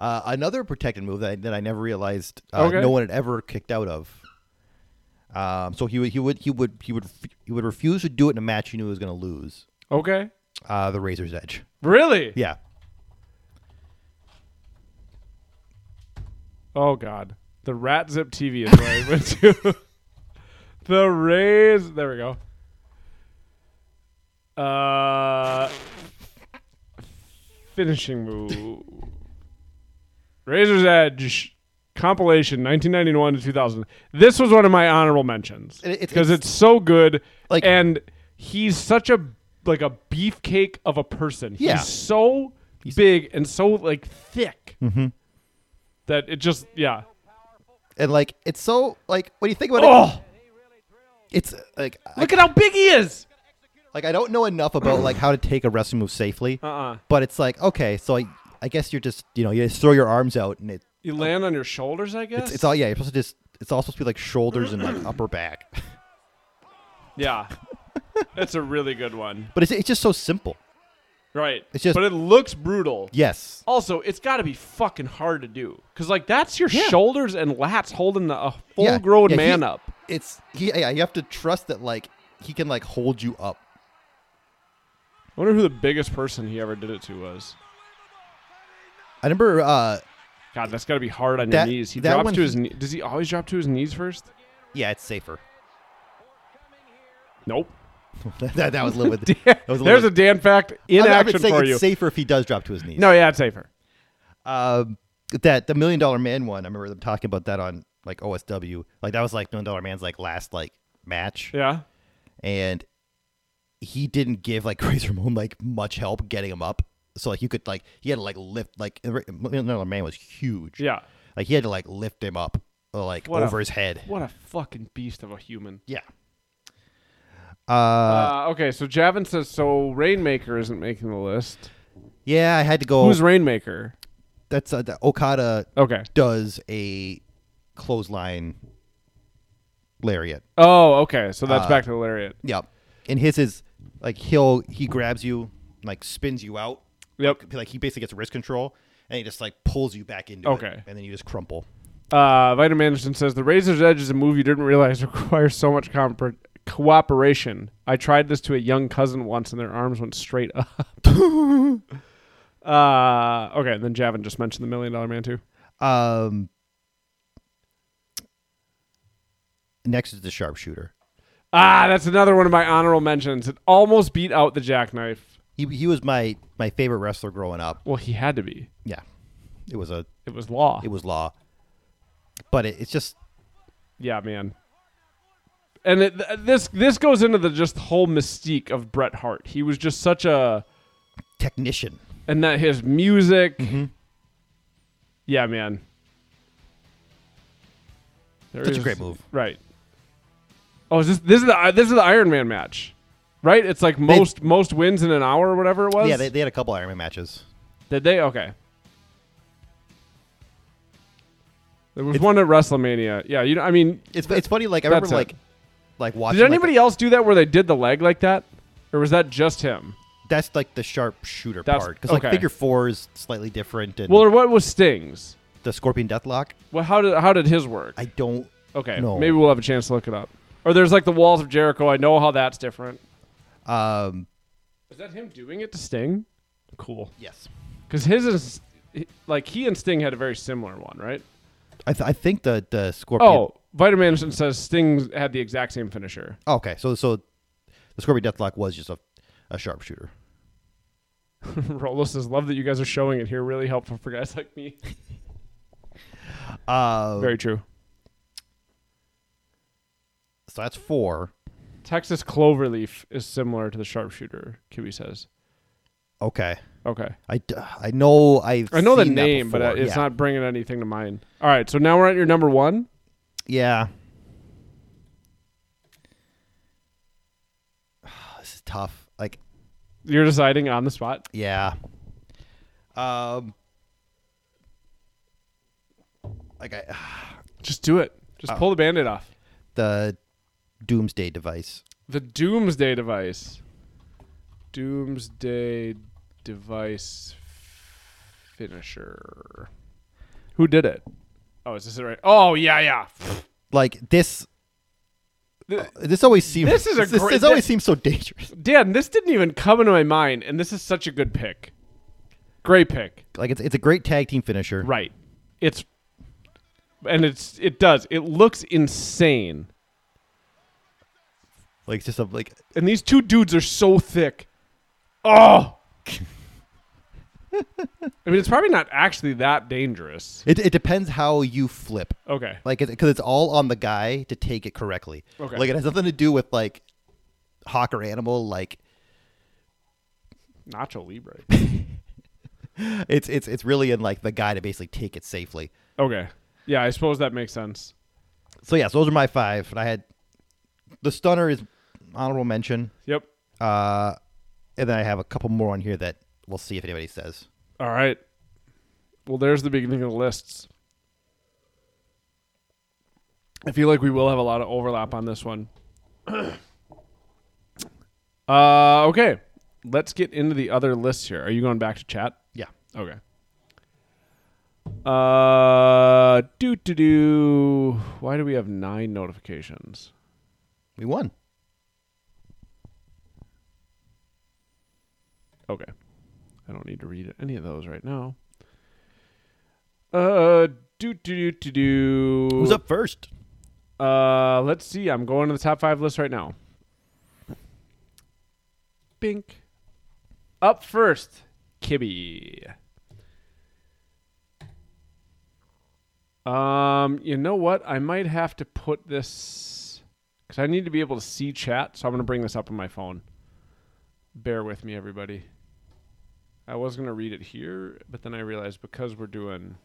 S2: Uh, another protected move that I, that I never realized uh,
S1: Okay.
S2: no one had ever kicked out of. Um, so he would he would he would he would f- he would refuse to do it in a match he knew he was going to lose.
S1: okay.
S2: Uh, the Razor's Edge.
S1: Really?
S2: Yeah.
S1: Oh God, the Rat Zip TV is where I went to. the Rays. There we go. Uh, finishing move. Razor's Edge compilation, 1991 to 2000. This was one of my honorable mentions
S2: It- it's-
S1: because it's, so good.
S2: Like-
S1: and he's such a like a beefcake of a person.
S2: Yeah.
S1: He's so big and so like thick
S2: Mm-hmm.
S1: that it just yeah.
S2: And like it's so like when you think about it,
S1: Oh,
S2: it's like I,
S1: look at how big he is.
S2: like I don't know enough about like how to take a wrestling move safely.
S1: Uh-uh.
S2: But it's like okay, so I, I guess you're just you know you just throw your arms out and it
S1: You land on your shoulders, I guess.
S2: it's, it's all yeah you're supposed to just it's all supposed to be like shoulders and like upper back.
S1: yeah. That's a really good one.
S2: But it's it's just so simple.
S1: Right.
S2: It's just-
S1: but it looks brutal.
S2: Yes.
S1: Also, it's got to be fucking hard to do because like that's your
S2: Yeah.
S1: shoulders and lats holding the, a
S2: Yeah,
S1: full-grown
S2: yeah, he-
S1: man up.
S2: It's he, yeah, you have to trust that like he can like hold you up.
S1: I wonder who the biggest person he ever did it to was.
S2: I remember uh
S1: God, that's got to be hard on
S2: That-
S1: your knees. He
S2: that
S1: drops
S2: one-
S1: to his knee. Does he always drop to his knees first?
S2: yeah, it's safer.
S1: Nope.
S2: that, that was a little bit. that was a little
S1: There's a
S2: bit-
S1: Dan fact in
S2: I'm- I'm
S1: action
S2: saying
S1: for
S2: it's
S1: you.
S2: safer if he does drop to his knees.
S1: No, yeah, it's safer.
S2: Um, that the million dollar man one. I remember them talking about that on like OSW. Like that was like million dollar man's like last like match,
S1: Yeah.
S2: and he didn't give like Razor Ramon like much help getting him up. So like you could like he had to like lift like million dollar man was huge.
S1: Yeah.
S2: like he had to like lift him up uh, like
S1: What a-
S2: over his head.
S1: What a fucking beast of a human.
S2: Yeah. Uh,
S1: Uh, okay, so Javin says so Rainmaker isn't making the list.
S2: yeah, I had to go.
S1: Who's Rainmaker?
S2: That's uh, the Okada
S1: Okay.
S2: does a clothesline lariat.
S1: Oh, okay. So that's
S2: Uh,
S1: back to the lariat.
S2: Yep. And his is like he'll he grabs you, like spins you out.
S1: Yep.
S2: Like he basically gets wrist control, and he just like pulls you back into it.
S1: Okay.
S2: And then you just crumple.
S1: Uh, Vitamin Anderson says the Razor's Edge is a move you didn't realize requires so much compro- cooperation. I tried this to a young cousin once, and their arms went straight up. uh, okay. And then Javin just mentioned the Million Dollar Man too.
S2: Um. Next is the sharpshooter.
S1: Ah, that's another one of my honorable mentions. It almost beat out the Jackknife.
S2: He he was my my favorite wrestler growing up.
S1: Well, he had to be.
S2: Yeah. It was a
S1: It was law.
S2: it was law. But it, it's just
S1: Yeah, man. and it, th- this this goes into the just whole mystique of Bret Hart. He was just such a
S2: Technician.
S1: and that his music.
S2: Mm-hmm.
S1: Yeah, man. There
S2: Such a great move.
S1: right? Oh, is this this is the uh, this is the Iron Man match, right? It's like most most wins in an hour or whatever it was.
S2: Yeah, they, they had a couple Iron Man matches.
S1: did they? Okay. There was one at WrestleMania. Yeah, you know, I mean,
S2: It's it's funny. Like I
S1: That's
S2: remember
S1: it.
S2: like like watching.
S1: did
S2: like,
S1: anybody else do that where they did the leg like that, or was that just him?
S2: that's like the sharp shooter
S1: That's-
S2: part because
S1: okay.
S2: like figure four is slightly different. And
S1: Well, or what was Sting's?
S2: the Scorpion Deathlock.
S1: Well, how did how did his work?
S2: I don't.
S1: Okay,
S2: No.
S1: maybe we'll have a chance to look it up. Or there's like the walls of Jericho. I know how that's different.
S2: Um.
S1: Is that him doing it to Sting? Cool,
S2: Yes.
S1: because his is like he and Sting had a very similar one, right?
S2: I, th- I think the the Scorpion.
S1: Oh, Vitamin Anderson says Sting had the exact same finisher.
S2: Oh, Okay. So so the Scorpion Deathlock was just a a sharpshooter.
S1: Rolo says, "Love that you guys are showing it here. Really helpful for guys like me."
S2: Uh,
S1: very true.
S2: so that's four.
S1: Texas Cloverleaf is similar to the Sharpshooter. Kiwi says,
S2: Okay.
S1: "Okay,
S2: I, d- I know I
S1: I know the
S2: seen that
S1: name, but uh,
S2: before.
S1: it's
S2: yeah.
S1: not bringing anything to mind." All right, so now we're at your number one.
S2: Yeah. This is tough. Like
S1: You're deciding on the spot.
S2: yeah. Um. Like I,
S1: Just do it. Uh, Just pull the band-aid off.
S2: the doomsday device.
S1: The doomsday device. Doomsday device finisher. Who did it? Oh, is this it right? Oh, yeah, yeah.
S2: Like this.
S1: Th-
S2: This always seems.
S1: This is a
S2: this,
S1: great-
S2: this always seems so dangerous.
S1: Dan, this didn't even come into my mind, and this is such a good pick. Great pick.
S2: Like it's it's a great tag team finisher.
S1: Right. It's and it's it does. It looks insane.
S2: Like it's just a like
S1: And these two dudes are so thick. Oh. I mean, it's probably not actually that dangerous.
S2: it, it depends how you flip.
S1: Okay.
S2: Like because it's all on the guy to take it correctly.
S1: Okay.
S2: Like it has nothing to do with like hawk or animal. Like
S1: Nacho Libre.
S2: it's it's it's really in like the guy to basically take it safely.
S1: okay. Yeah, I suppose that makes sense.
S2: So yes, those are my five. And I had the stunner is honorable mention.
S1: Yep.
S2: Uh, and then I have a couple more on here that we'll see if anybody says.
S1: All right. Well, there's the beginning of the lists. I feel like we will have a lot of overlap on this one. uh, okay. Let's get into the other lists here. Are you going back to chat?
S2: Yeah.
S1: Okay. Uh, do do do. Why do we have nine notifications?
S2: We won.
S1: Okay. I don't need to read any of those right now. Uh, do do do do do.
S2: Who's up first?
S1: Uh, let's see. I'm going to the top five list right now. Bink. Up first, Kibby. Um, you know what? I might have to put this because I need to be able to see chat, so I'm gonna bring this up on my phone. Bear with me, everybody. I was gonna read it here, but then I realized because we're doing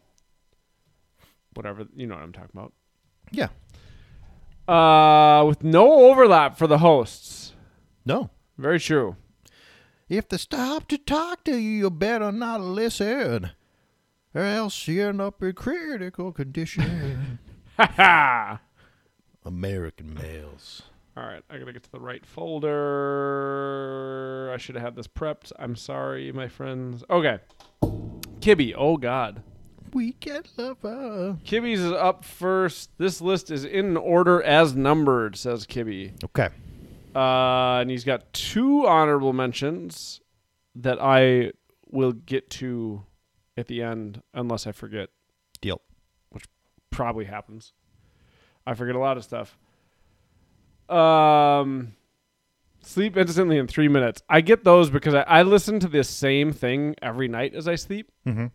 S1: whatever you know what I'm talking about
S2: Yeah.
S1: uh, with no overlap for the hosts.
S2: No.
S1: Very true.
S2: If they stop to talk to you, you better not listen, or else you end up in critical condition.
S1: Ha!
S2: American males.
S1: All right, I gotta get to the right folder. I should have had this prepped. I'm sorry, my friends. Okay, Kibby. Oh God,
S2: Weekend lover.
S1: Kibby's is up first. This list is in order as numbered, says Kibby.
S2: Okay.
S1: Uh, and he's got two honorable mentions that I will get to at the end, unless I forget.
S2: Deal.
S1: probably happens. I forget a lot of stuff. Um, sleep instantly in three minutes. I get those because I, I listen to this same thing every night as I sleep. Mm-hmm.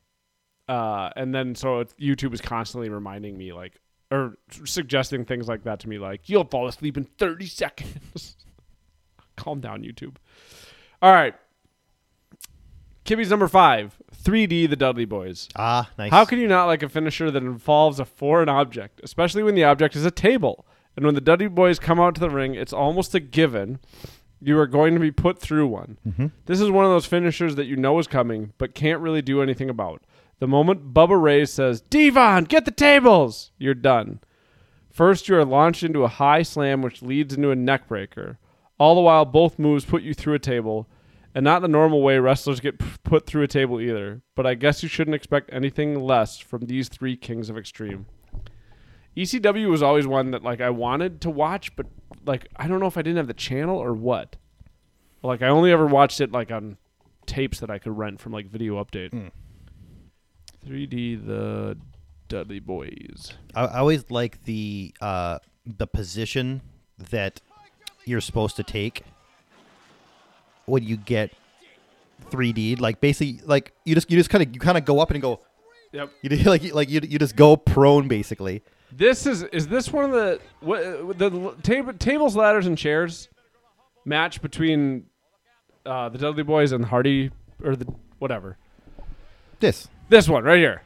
S1: Uh, and then so it's, YouTube is constantly reminding me like, or suggesting things like that to me, like you'll fall asleep in 30 seconds. Calm down, YouTube. All right. Kibby's number five 3D, the Dudley Boys.
S2: Ah, nice.
S1: How can you not like a finisher that involves a foreign object, especially when the object is a table? And when the Dudley Boys come out to the ring, it's almost a given you are going to be put through one. This is one of those finishers that you know is coming, but can't really do anything about. The moment Bubba Ray says, Devon, get the tables, you're done. First, you are launched into a high slam, which leads into a neckbreaker. All the while, both moves put you through a table, and not the normal way wrestlers get p- put through a table either. But I guess you shouldn't expect anything less from these three kings of extreme. ECW was always one that like I wanted to watch, but like I don't know if I didn't have the channel or what. Like I only ever watched it like on tapes that I could rent from like Video Update. 3D the Dudley Boys.
S2: I, I always like the uh, the position that you're supposed to take when you get 3D. Like basically, like you just you just kind of you kind of go up and go.
S1: Yep.
S2: You do- like you- like you, you just go prone basically.
S1: This is is this one of the what, the l- table, tables, ladders, and chairs match between uh, the Dudley Boys and Hardy or the whatever.
S2: This
S1: This one right here.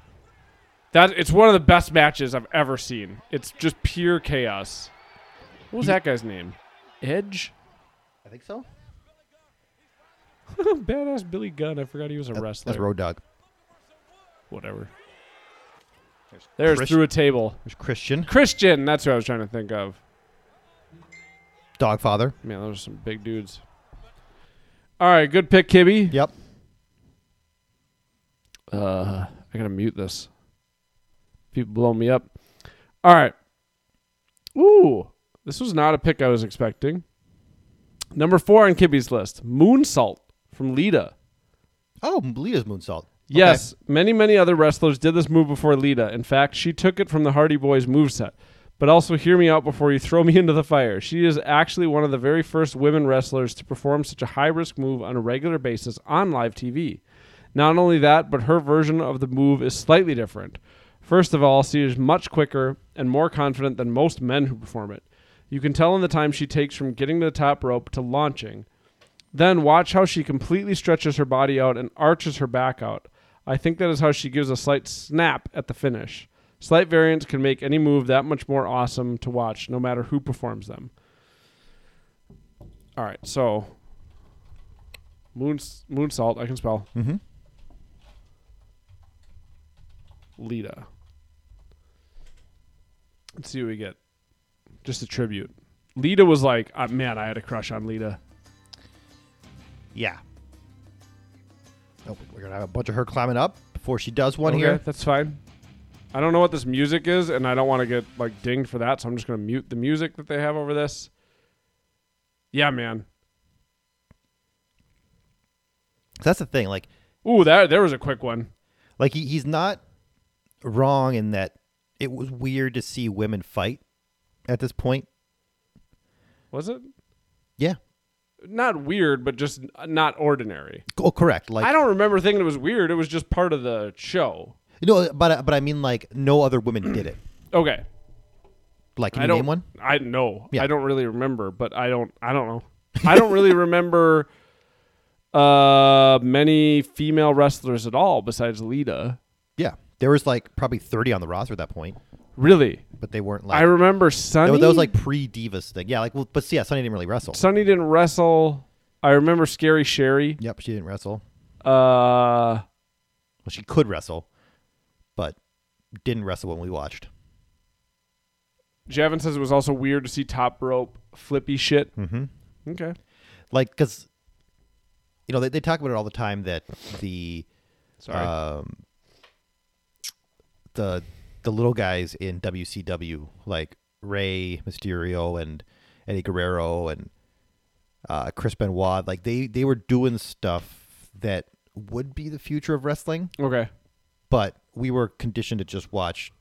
S1: That it's one of the best matches I've ever seen. It's just pure chaos. What was that guy's name? Edge.
S2: I think so.
S1: Badass Billy Gunn. I forgot he was a wrestler.
S2: That's Road Dog.
S1: Whatever. There's
S2: Christ-
S1: through a table.
S2: There's Christian
S1: Christian. That's who I was trying to think of.
S2: Dogfather.
S1: Man, those are some big dudes. All right, good pick, Kibby.
S2: Yep.
S1: Uh, I gotta mute this. People blow me up. All right. Ooh, this was not a pick I was expecting. Number four on Kibby's list: Moonsault from Lita.
S2: Oh, Lita's moonsault.
S1: Yes, many, many other wrestlers did this move before Lita. In fact, she took it from the Hardy Boys moveset. But also, hear me out before you throw me into the fire. She is actually one of the very first women wrestlers to perform such a high risk move on a regular basis on live TV. Not only that, but her version of the move is slightly different. First of all, she is much quicker and more confident than most men who perform it. You can tell in the time she takes from getting to the top rope to launching. Then watch how she completely stretches her body out and arches her back out. I think that is how she gives a slight snap at the finish. Slight variants can make any move that much more awesome to watch, no matter who performs them. All right, so moon moonsault I can spell. Mm-hmm. Lita. Let's see what we get. Just a tribute. Lita was like, ah, man, I had a crush on Lita.
S2: Yeah. Oh, we're gonna have a bunch of her climbing up before she does one
S1: Okay,
S2: here.
S1: That's fine. I don't know what this music is, and I don't want to get like dinged for that, so I'm just gonna mute the music that they have over this. Yeah, man.
S2: That's the thing. Like
S1: Ooh, that there was a quick one.
S2: like he, he's not wrong in that it was weird to see women fight at this point.
S1: Was it?
S2: Yeah.
S1: Not weird, but just n- not ordinary.
S2: Oh, correct. Like
S1: I don't remember thinking it was weird. It was just part of the show.
S2: no, but but I mean like no other women did it.
S1: Okay.
S2: Like can
S1: I
S2: you
S1: don't.
S2: name one?
S1: I know.
S2: Yeah.
S1: I don't really remember, but I don't. I don't know. I don't really remember uh many female wrestlers at all besides Lita.
S2: Yeah, there was like probably thirty on the roster at that point,
S1: Really,
S2: but they weren't
S1: I
S2: like
S1: remember Sunny.
S2: that, was, that was like pre Divas thing. Yeah, like well, but see, yeah, Sunny didn't really wrestle.
S1: Sunny didn't wrestle. I remember Scary Sherry.
S2: yep, she didn't wrestle.
S1: Uh,
S2: Well, she could wrestle, but didn't wrestle when we watched.
S1: Javin says it was also weird to see top rope flippy shit. Mm-hmm. Okay.
S2: Like because you know they, they talk about it all the time that the
S1: Sorry.
S2: um, the the little guys in WCW like Ray Mysterio and Eddie Guerrero and uh, Chris Benoit, like they they were doing stuff that would be the future of wrestling,
S1: okay.
S2: but we were conditioned to just watch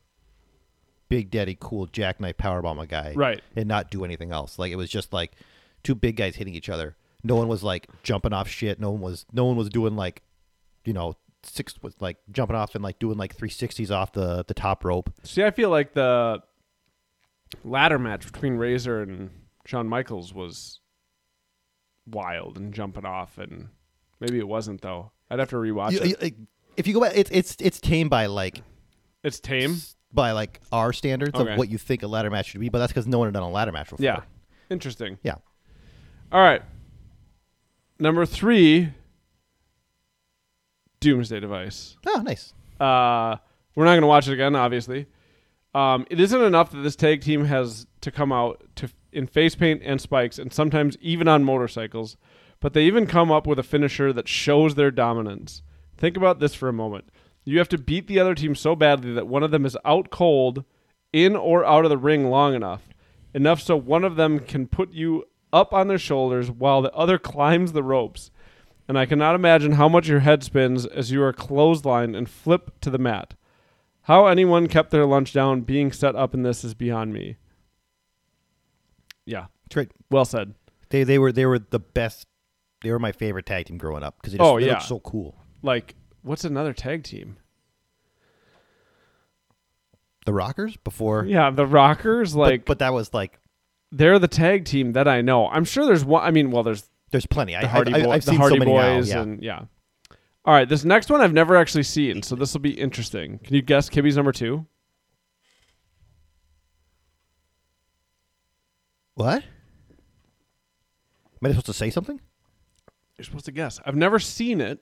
S2: Big Daddy Cool Jackknife Powerbomb a guy,
S1: Right.
S2: and not do anything else. Like it was just like two big guys hitting each other. No one was like jumping off shit. No one was no one was doing like you know six was like jumping off and like doing like three sixties off the the top rope.
S1: See, I feel like the ladder match between Razor and Shawn Michaels was wild and jumping off, and maybe it wasn't though. I'd have to rewatch
S2: You-
S1: it.
S2: you- like, if you go back, it's it's it's tamed by like
S1: it's tame.
S2: by like our standards
S1: Okay.
S2: of what you think a ladder match should be, but that's because no one had done a ladder match before.
S1: Yeah, interesting.
S2: yeah.
S1: All right, number three, Doomsday Device.
S2: Oh, nice.
S1: Uh, we're not going to watch it again, obviously. Um, it isn't enough that this tag team has to come out to in face paint and spikes, and sometimes even on motorcycles. But they even come up with a finisher that shows their dominance. Think about this for a moment. You have to beat the other team so badly that one of them is out cold, in or out of the ring long enough, enough so one of them can put you up on their shoulders while the other climbs the ropes and I cannot imagine how much your head spins as you are clotheslined and flip to the mat. How anyone kept their lunch down being set up in this is beyond me. Yeah,
S2: Tra-
S1: well said.
S2: They they were they were the best. They were my favorite tag team growing up because
S1: Oh,
S2: they
S1: yeah.
S2: looked so cool.
S1: Like, what's another tag team?
S2: The Rockers before,
S1: Yeah, the Rockers.
S2: but-
S1: Like,
S2: but, that was like
S1: they're the tag team that I know. I'm sure there's one. I mean, well, there's
S2: there's plenty. I,
S1: the Hardy,
S2: I,
S1: Boy-
S2: I, I've
S1: the
S2: seen
S1: Hardy
S2: so many
S1: Boys,
S2: now. Yeah.
S1: and yeah. All right, this next one I've never actually seen, so this will be interesting. Can you guess Kibby's number two?
S2: what? Am I supposed to say something?
S1: You're supposed to guess. I've never seen it.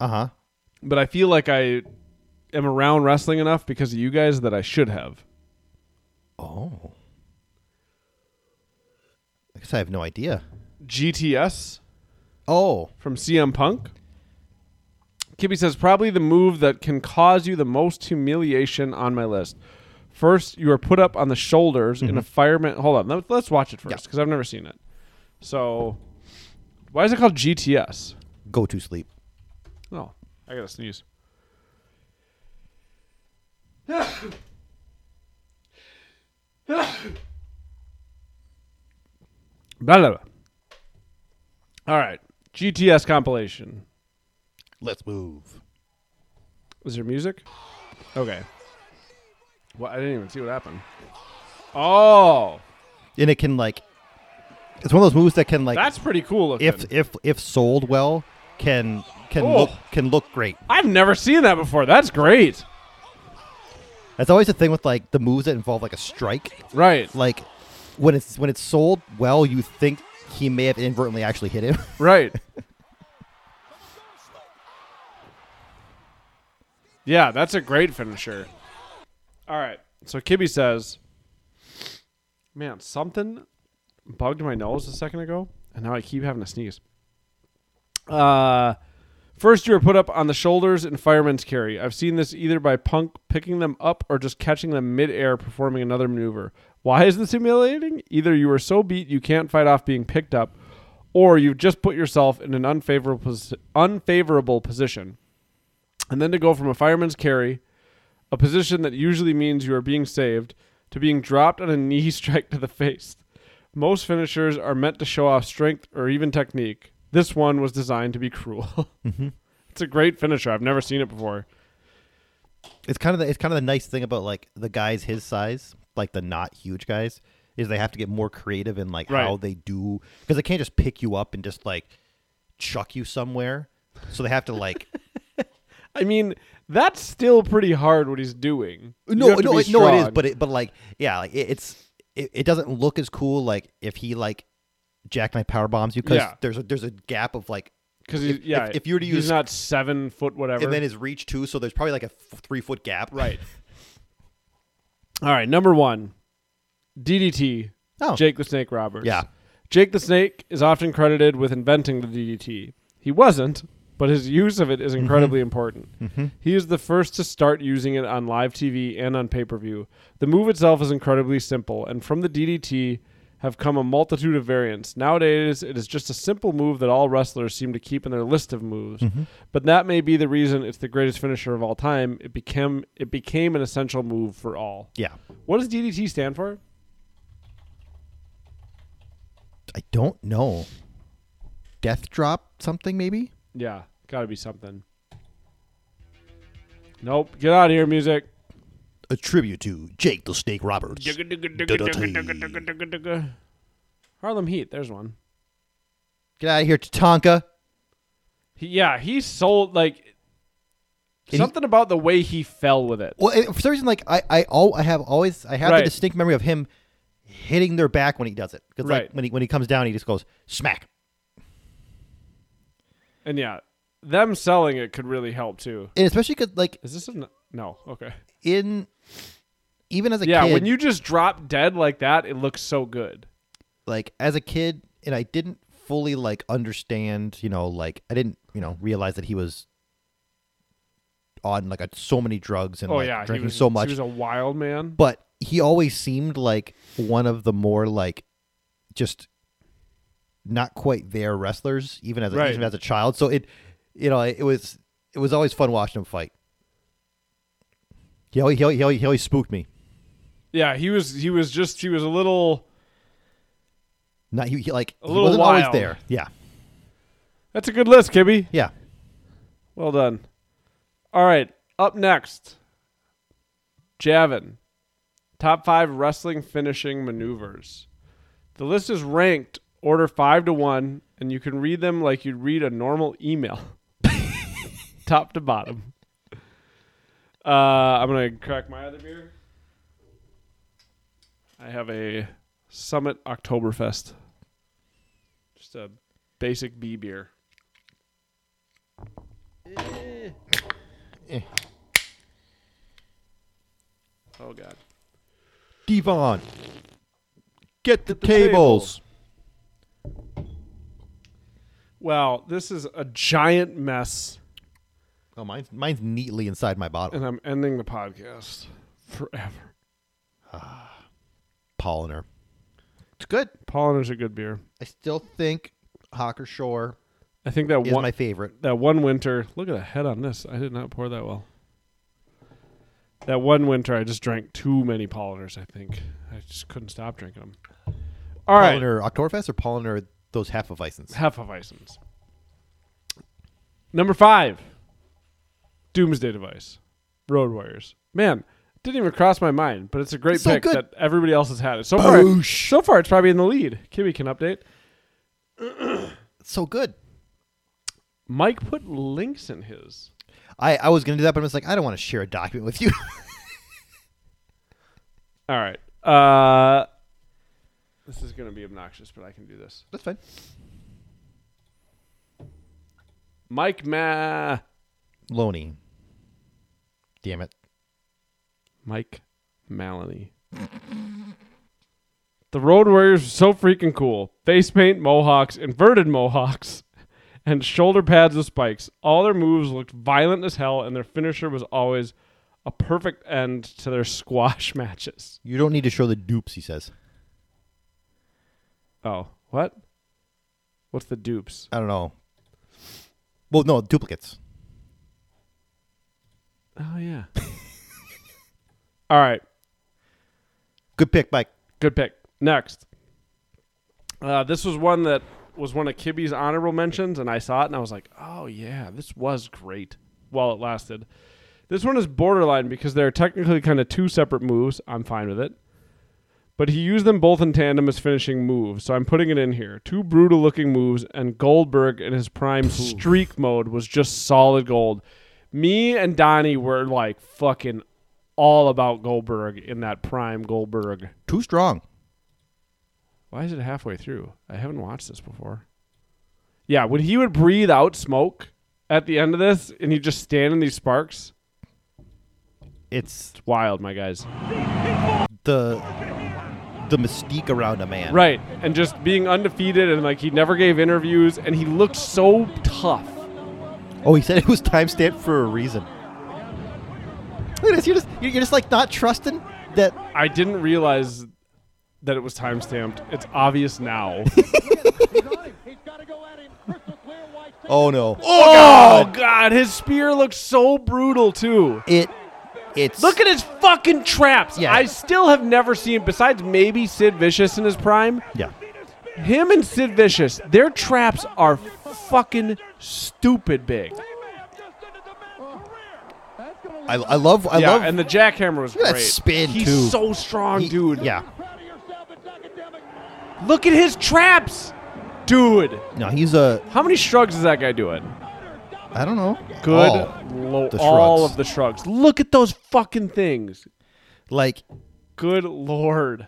S2: Uh huh.
S1: but I feel like I am around wrestling enough because of you guys that I should have.
S2: Oh. I guess I have no idea.
S1: GTS
S2: Oh.
S1: from CM Punk. Kibby says probably the move that can cause you the most humiliation on my list. First, you are put up on the shoulders in a fireman. Hold on, let- let's watch it first because I've never seen it. So, why is it called GTS?
S2: Go to sleep.
S1: Oh, I gotta sneeze. blah, blah, blah. All right, GTS compilation.
S2: Let's move.
S1: Is there music? Okay. Well, I didn't even see what happened. Oh,
S2: And it can like it's one of those moves that can like
S1: that's pretty cool looking.
S2: if if if sold well can can
S1: Oh.
S2: look can look great.
S1: I've never seen that before. That's great.
S2: That's always the thing with like the moves that involve like a strike.
S1: Right.
S2: Like when it's when it's sold well, you think he may have inadvertently actually hit him.
S1: Right. yeah, that's a great finisher. All right. So Kibby says, "Man, something bugged my nose a second ago, and now I keep having to sneeze." Uh, first you were put up on the shoulders in fireman's carry. I've seen this either by Punk picking them up or just catching them midair performing another maneuver. Why is this humiliating? Either you are so beat you can't fight off being picked up, or you've just put yourself in an unfavorable pos- unfavorable position. And then to go from a fireman's carry, a position that usually means you are being saved, to being dropped on a knee strike to the face. Most finishers are meant to show off strength or even technique. This one was designed to be cruel. It's a great finisher. I've never seen it before.
S2: it's kind of the, it's kind of the nice thing about like the guys his size, like the not huge guys, is they have to get more creative in like how
S1: Right.
S2: they do because they can't just pick you up and just like chuck you somewhere. So they have to like
S1: I mean, that's still pretty hard what he's doing. You
S2: no
S1: have to
S2: no
S1: be
S2: it, no it is
S1: strong.
S2: but it but like yeah like it, it's it, it doesn't look as cool like if he like jackknife power bombs you because
S1: Yeah.
S2: there's a there's a gap of like
S1: because
S2: if-
S1: yeah,
S2: if- if you were to
S1: he's
S2: use-
S1: not seven foot whatever.
S2: and then his reach too so there's probably like a f- three foot gap
S1: Right. All right, number one, DDT.
S2: Oh.
S1: Jake the Snake Roberts.
S2: Yeah.
S1: Jake the Snake is often credited with inventing the DDT. He wasn't, but his use of it is
S2: Mm-hmm.
S1: incredibly important. He is the first to start using it on live TV and on pay per view. The move itself is incredibly simple, and from the DDT have come a multitude of variants. Nowadays, it is just a simple move that all wrestlers seem to keep in their list of moves.
S2: Mm-hmm.
S1: But that may be the reason it's the greatest finisher of all time. It became it became an essential move for all.
S2: yeah
S1: What does DDT stand for?
S2: I don't know death drop something maybe
S1: Yeah, got to be something. Nope, get out of here, music.
S2: a tribute to Jake the Snake Roberts. Get
S1: Harlem Heat. There's one.
S2: out of here, Tatanka.
S1: He, yeah, he sold like
S2: he-
S1: something about the way he fell with it.
S2: Well, it- for some reason, like I, I, all, I have always, I have
S1: Right.
S2: the distinct memory of him hitting their back when he does it. Because
S1: Right.
S2: like when he when he comes down, he just goes smack.
S1: And yeah, them selling it could really help too.
S2: And especially because like
S1: Is this a n- no? Okay.
S2: in even as a
S1: Yeah,
S2: kid,
S1: when you just drop dead like that, it looks so good.
S2: like as a kid, and I didn't fully like understand, you know, like I didn't, you know, realize that he was on like a, so many drugs and
S1: Oh
S2: like,
S1: yeah, he
S2: drinking
S1: was
S2: so much.
S1: He was a wild man.
S2: but he always seemed like one of the more like just not quite there wrestlers even as a,
S1: Right.
S2: even as a child so it you know it was it was always fun watching him fight he always, he always, he always, he always spooked me
S1: Yeah, he was. He was just. He was a little.
S2: not he, he, like
S1: A
S2: he
S1: little
S2: wasn't
S1: wild.
S2: always there yeah
S1: That's a good list, Kibby.
S2: yeah
S1: Well done. All right, up next, Javin, top five wrestling finishing maneuvers. The list is ranked order five to one, and you can read them like you'd read a normal email, top to bottom. Uh, I'm gonna crack my other beer. I have a Summit Oktoberfest, just a basic B beer. Oh God.
S2: devon get the,
S1: tables.
S2: tables
S1: Wow, this is a giant mess,
S2: oh mine's mine's neatly inside my bottle
S1: and I'm ending the podcast forever. Uh-huh.
S2: polliner it's good
S1: Polliner's a good beer.
S2: i still think hawker shore
S1: I think that
S2: is
S1: one
S2: my favorite
S1: that one winter. Look at the head on this. I did not pour that well. That one winter, I just drank too many polliners. I think I just couldn't stop drinking them. All right,
S2: Polliner Oktoberfest or Polliner those half of license?
S1: Hefeweizens. Number five, Doomsday Device, Road Warriors. Man, didn't even cross my mind, but it's a great
S2: It's so
S1: pick
S2: good.
S1: that everybody else has had it. So far, so far, it's probably in the lead. Kimmy can update.
S2: So good.
S1: Mike put links in his.
S2: I, I was gonna do that, but I'm just like I don't want to share a document with you.
S1: All right. Uh, this is going to be obnoxious, but I can do this.
S2: That's fine.
S1: Mike Ma.
S2: Loney. Damn it.
S1: Mike Maloney. the Road Warriors were so freaking cool. Face paint, mohawks, inverted mohawks, and shoulder pads with spikes. All their moves looked violent as hell, and their finisher was always a perfect end to their squash matches.
S2: You don't need to show the dupes. He says.
S1: Oh, what? What's the dupes?
S2: I don't know. Well, no duplicates.
S1: Oh, yeah. All right.
S2: Good pick, Mike.
S1: Good pick. Next. Uh, this was one that was one of Kibby's honorable mentions, and I saw it and I was like, oh, yeah, this was great while it lasted. This one is borderline because they're technically kind of two separate moves. I'm fine with it. But he used them both in tandem as finishing moves, so I'm putting it in here. Two brutal looking moves, and Goldberg in his prime streak mode was just solid gold. Me and Donnie were like fucking all about Goldberg in that prime Goldberg.
S2: Too strong.
S1: Why is it halfway through? I haven't watched this before. Yeah, when he would breathe out smoke at the end of this and he'd just stand in these sparks,
S2: It's
S1: it's wild, my guys.
S2: the the mystique around a man.
S1: Right. And just being undefeated and like he never gave interviews and he looked so tough.
S2: Oh, he said it was timestamped for a reason. Look at this. You're just you're you're just like not trusting that.
S1: I didn't realize that it was time stamped. It's obvious now.
S2: Oh no.
S1: oh god, his spear looks so brutal too.
S2: It. It's
S1: Look at his fucking traps.
S2: Yeah.
S1: I still have never seen besides maybe Sid Vicious in his prime.
S2: yeah.
S1: Him and Sid Vicious, their traps are fucking stupid big.
S2: I, I love I
S1: yeah,
S2: love
S1: and the jackhammer was
S2: Look at
S1: great.
S2: that spin,
S1: He's
S2: too.
S1: so strong,
S2: he-
S1: dude.
S2: Yeah,
S1: Look at his traps, dude.
S2: no, he's a
S1: How many shrugs is that guy doing?
S2: I don't know. Oh.
S1: Good.
S2: all.
S1: lo-
S2: the
S1: all
S2: shrugs.
S1: of the shrugs. Look at those fucking things.
S2: like
S1: Good lord.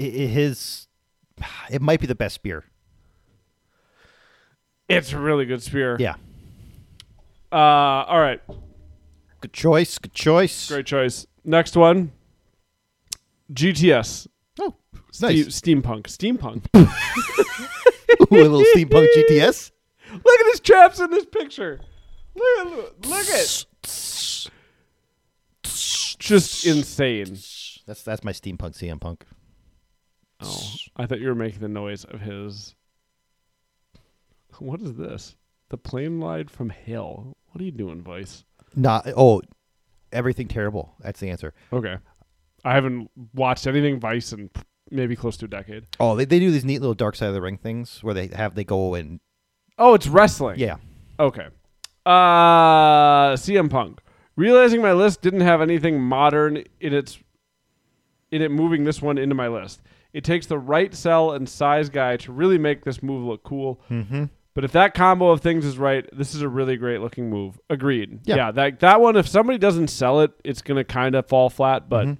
S2: i- i- his. It might be the best spear.
S1: It's a really good spear.
S2: Yeah,
S1: Uh, all right.
S2: good choice. Good choice.
S1: Great choice. Next one. GTS.
S2: Oh, nice.
S1: Ste- steampunk. Steampunk.
S2: Ooh, a little steampunk GTS.
S1: look at his traps in this picture. Look at look at just insane.
S2: That's that's my steampunk CM Punk.
S1: Oh, I thought you were making the noise of his. What is this? The plane lied from hell. What are you doing, Vice?
S2: Not oh, everything terrible. That's the answer.
S1: Okay, I haven't watched anything Vice in p- maybe close to a decade.
S2: Oh, they, they do these neat little dark side of the ring things where they have they go and
S1: Oh, it's wrestling.
S2: yeah.
S1: Okay. Uh CM Punk. Realizing my list didn't have anything modern in its in it moving this one into my list. It takes the right cell and size guy to really make this move look cool. Mm-hmm. But if that combo of things is right, this is a really great looking move. Agreed.
S2: Yeah.
S1: that that one. If somebody doesn't sell it, it's gonna kind of fall flat. But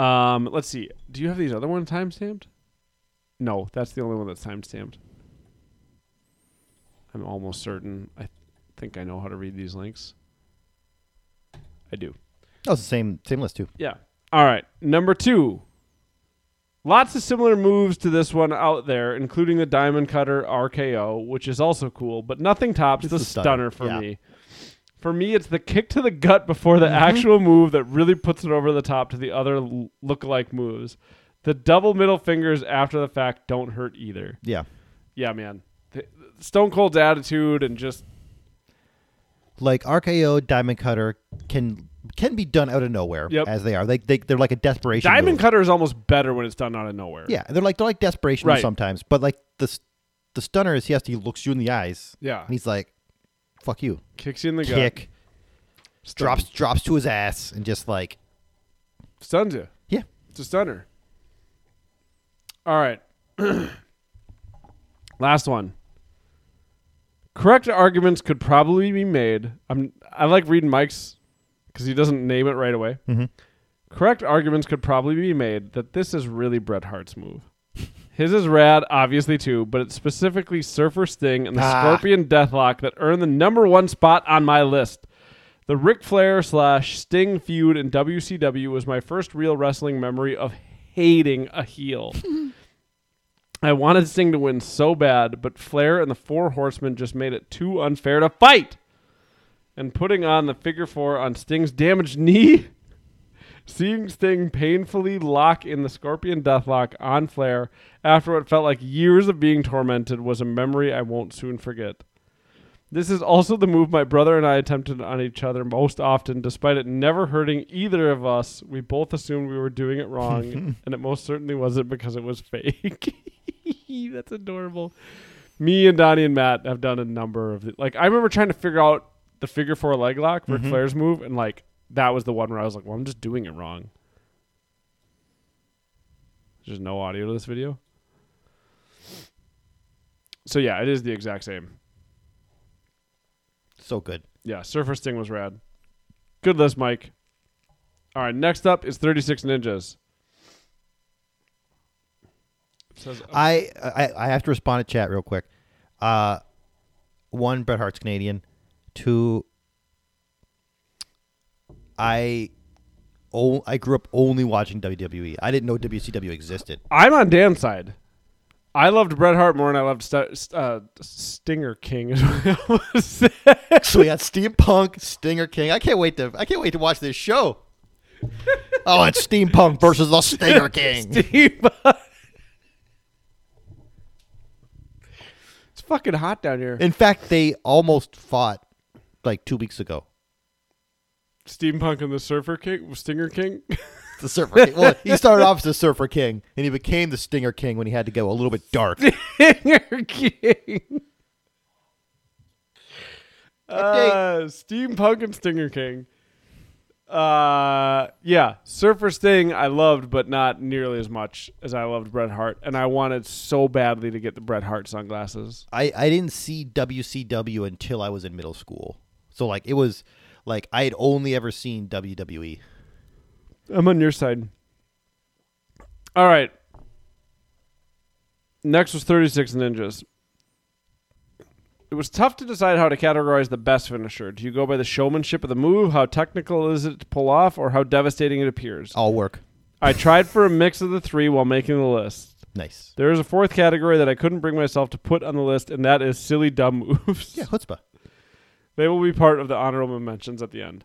S1: um, let's see. Do you have these other ones timestamped? No, that's the only one that's timestamped. I'm almost certain. I think I know how to read these links. I do.
S2: That was the same same list too.
S1: Yeah. All right. Number two. Lots of similar moves to this one out there, including the Diamond Cutter RKO, which is also cool, but nothing tops the,
S2: the stunner,
S1: stunner, for
S2: yeah.
S1: me. For me, it's the kick to the gut before
S2: Mm-hmm.
S1: the actual move that really puts it over the top to the other l- look-alike moves. The double middle fingers after the fact don't hurt either.
S2: Yeah,
S1: Yeah, man. Th- Stone Cold's attitude and just
S2: like RKO Diamond Cutter can can be done out of nowhere
S1: Yep.
S2: as they are. They, they they're like a desperation.
S1: Diamond
S2: move.
S1: Cutter is almost better when it's done out of nowhere.
S2: Yeah, they're like they're like desperation
S1: Right.
S2: sometimes, but like the s- the stunner is he has to he looks you in the eyes.
S1: Yeah.
S2: and he's like, "Fuck you."
S1: Kicks you in the
S2: Kick
S1: gut. Stun-
S2: drops drops to his ass and just like
S1: Stuns you.
S2: yeah.
S1: It's a stunner. All right. Last one. Correct arguments could probably be made. I'm I like reading Mike's because he doesn't name it right away. Correct arguments could probably be made that this is really Bret Hart's move. His is rad, obviously too, but it's specifically Surfer Sting and the
S2: Ah.
S1: Scorpion Deathlock that earned the number one spot on my list. The Ric Flair slash Sting feud in WCW was my first real wrestling memory of hating a heel. I wanted Sting to win so bad, but Flair and the Four Horsemen just made it too unfair to fight. And putting on the figure four on Sting's damaged knee, seeing Sting painfully lock in the Scorpion Deathlock on Flair after what felt like years of being tormented was a memory I won't soon forget. This is also the move my brother and I attempted on each other most often, despite it never hurting either of us. We both assumed we were doing it wrong, and it most certainly wasn't because it was fake. That's adorable. Me and Donnie and Matt have done a number of the, like I remember trying to figure out the figure four leg lock, Ric Flair's move, and like that was the one where I was like, "Well, I'm just doing it wrong." There's no audio to this video. So yeah, it is the exact same.
S2: So good.
S1: Yeah, Surfer Sting was rad. Good list, Mike. All right, next up is 36 Ninjas. It says- uh,
S2: I, I I have to respond to chat real quick. Uh, one, Bret Hart's Canadian. Two, I, oh, I grew up only watching WWE. I didn't know WCW existed.
S1: I'm on Dan's side. I loved Bret Hart more than I loved St- St- uh, Stinger King. Is what I almost said.
S2: So we got Steampunk, Stinger King. I can't wait to I can't wait to watch this show. oh, it's Steampunk versus the Stinger King.
S1: Steve. it's fucking hot down here.
S2: In fact, they almost fought like two weeks ago.
S1: Steampunk and the Surfer King, Stinger King.
S2: The Surfer King. Well, he started off as the Surfer King, and he became the Stinger King when he had to go a little bit dark.
S1: Stinger King. Uh, Steampunk and Stinger King. Uh, yeah, Surfer Sting I loved, but not nearly as much as I loved Bret Hart, and I wanted so badly to get the Bret Hart sunglasses.
S2: I, I didn't see WCW until I was in middle school. So like it was like I had only ever seen E. WWE.
S1: I'm on your side. All right. Next was 36 Ninjas. It was tough to decide how to categorize the best finisher. Do you go by the showmanship of the move, how technical is it to pull off, or how devastating it appears?
S2: All work.
S1: I tried for a mix of the three while making the list.
S2: Nice.
S1: There is a fourth category that I couldn't bring myself to put on the list, and that is silly dumb moves.
S2: Yeah, chutzpah.
S1: They will be part of the honorable mentions at the end.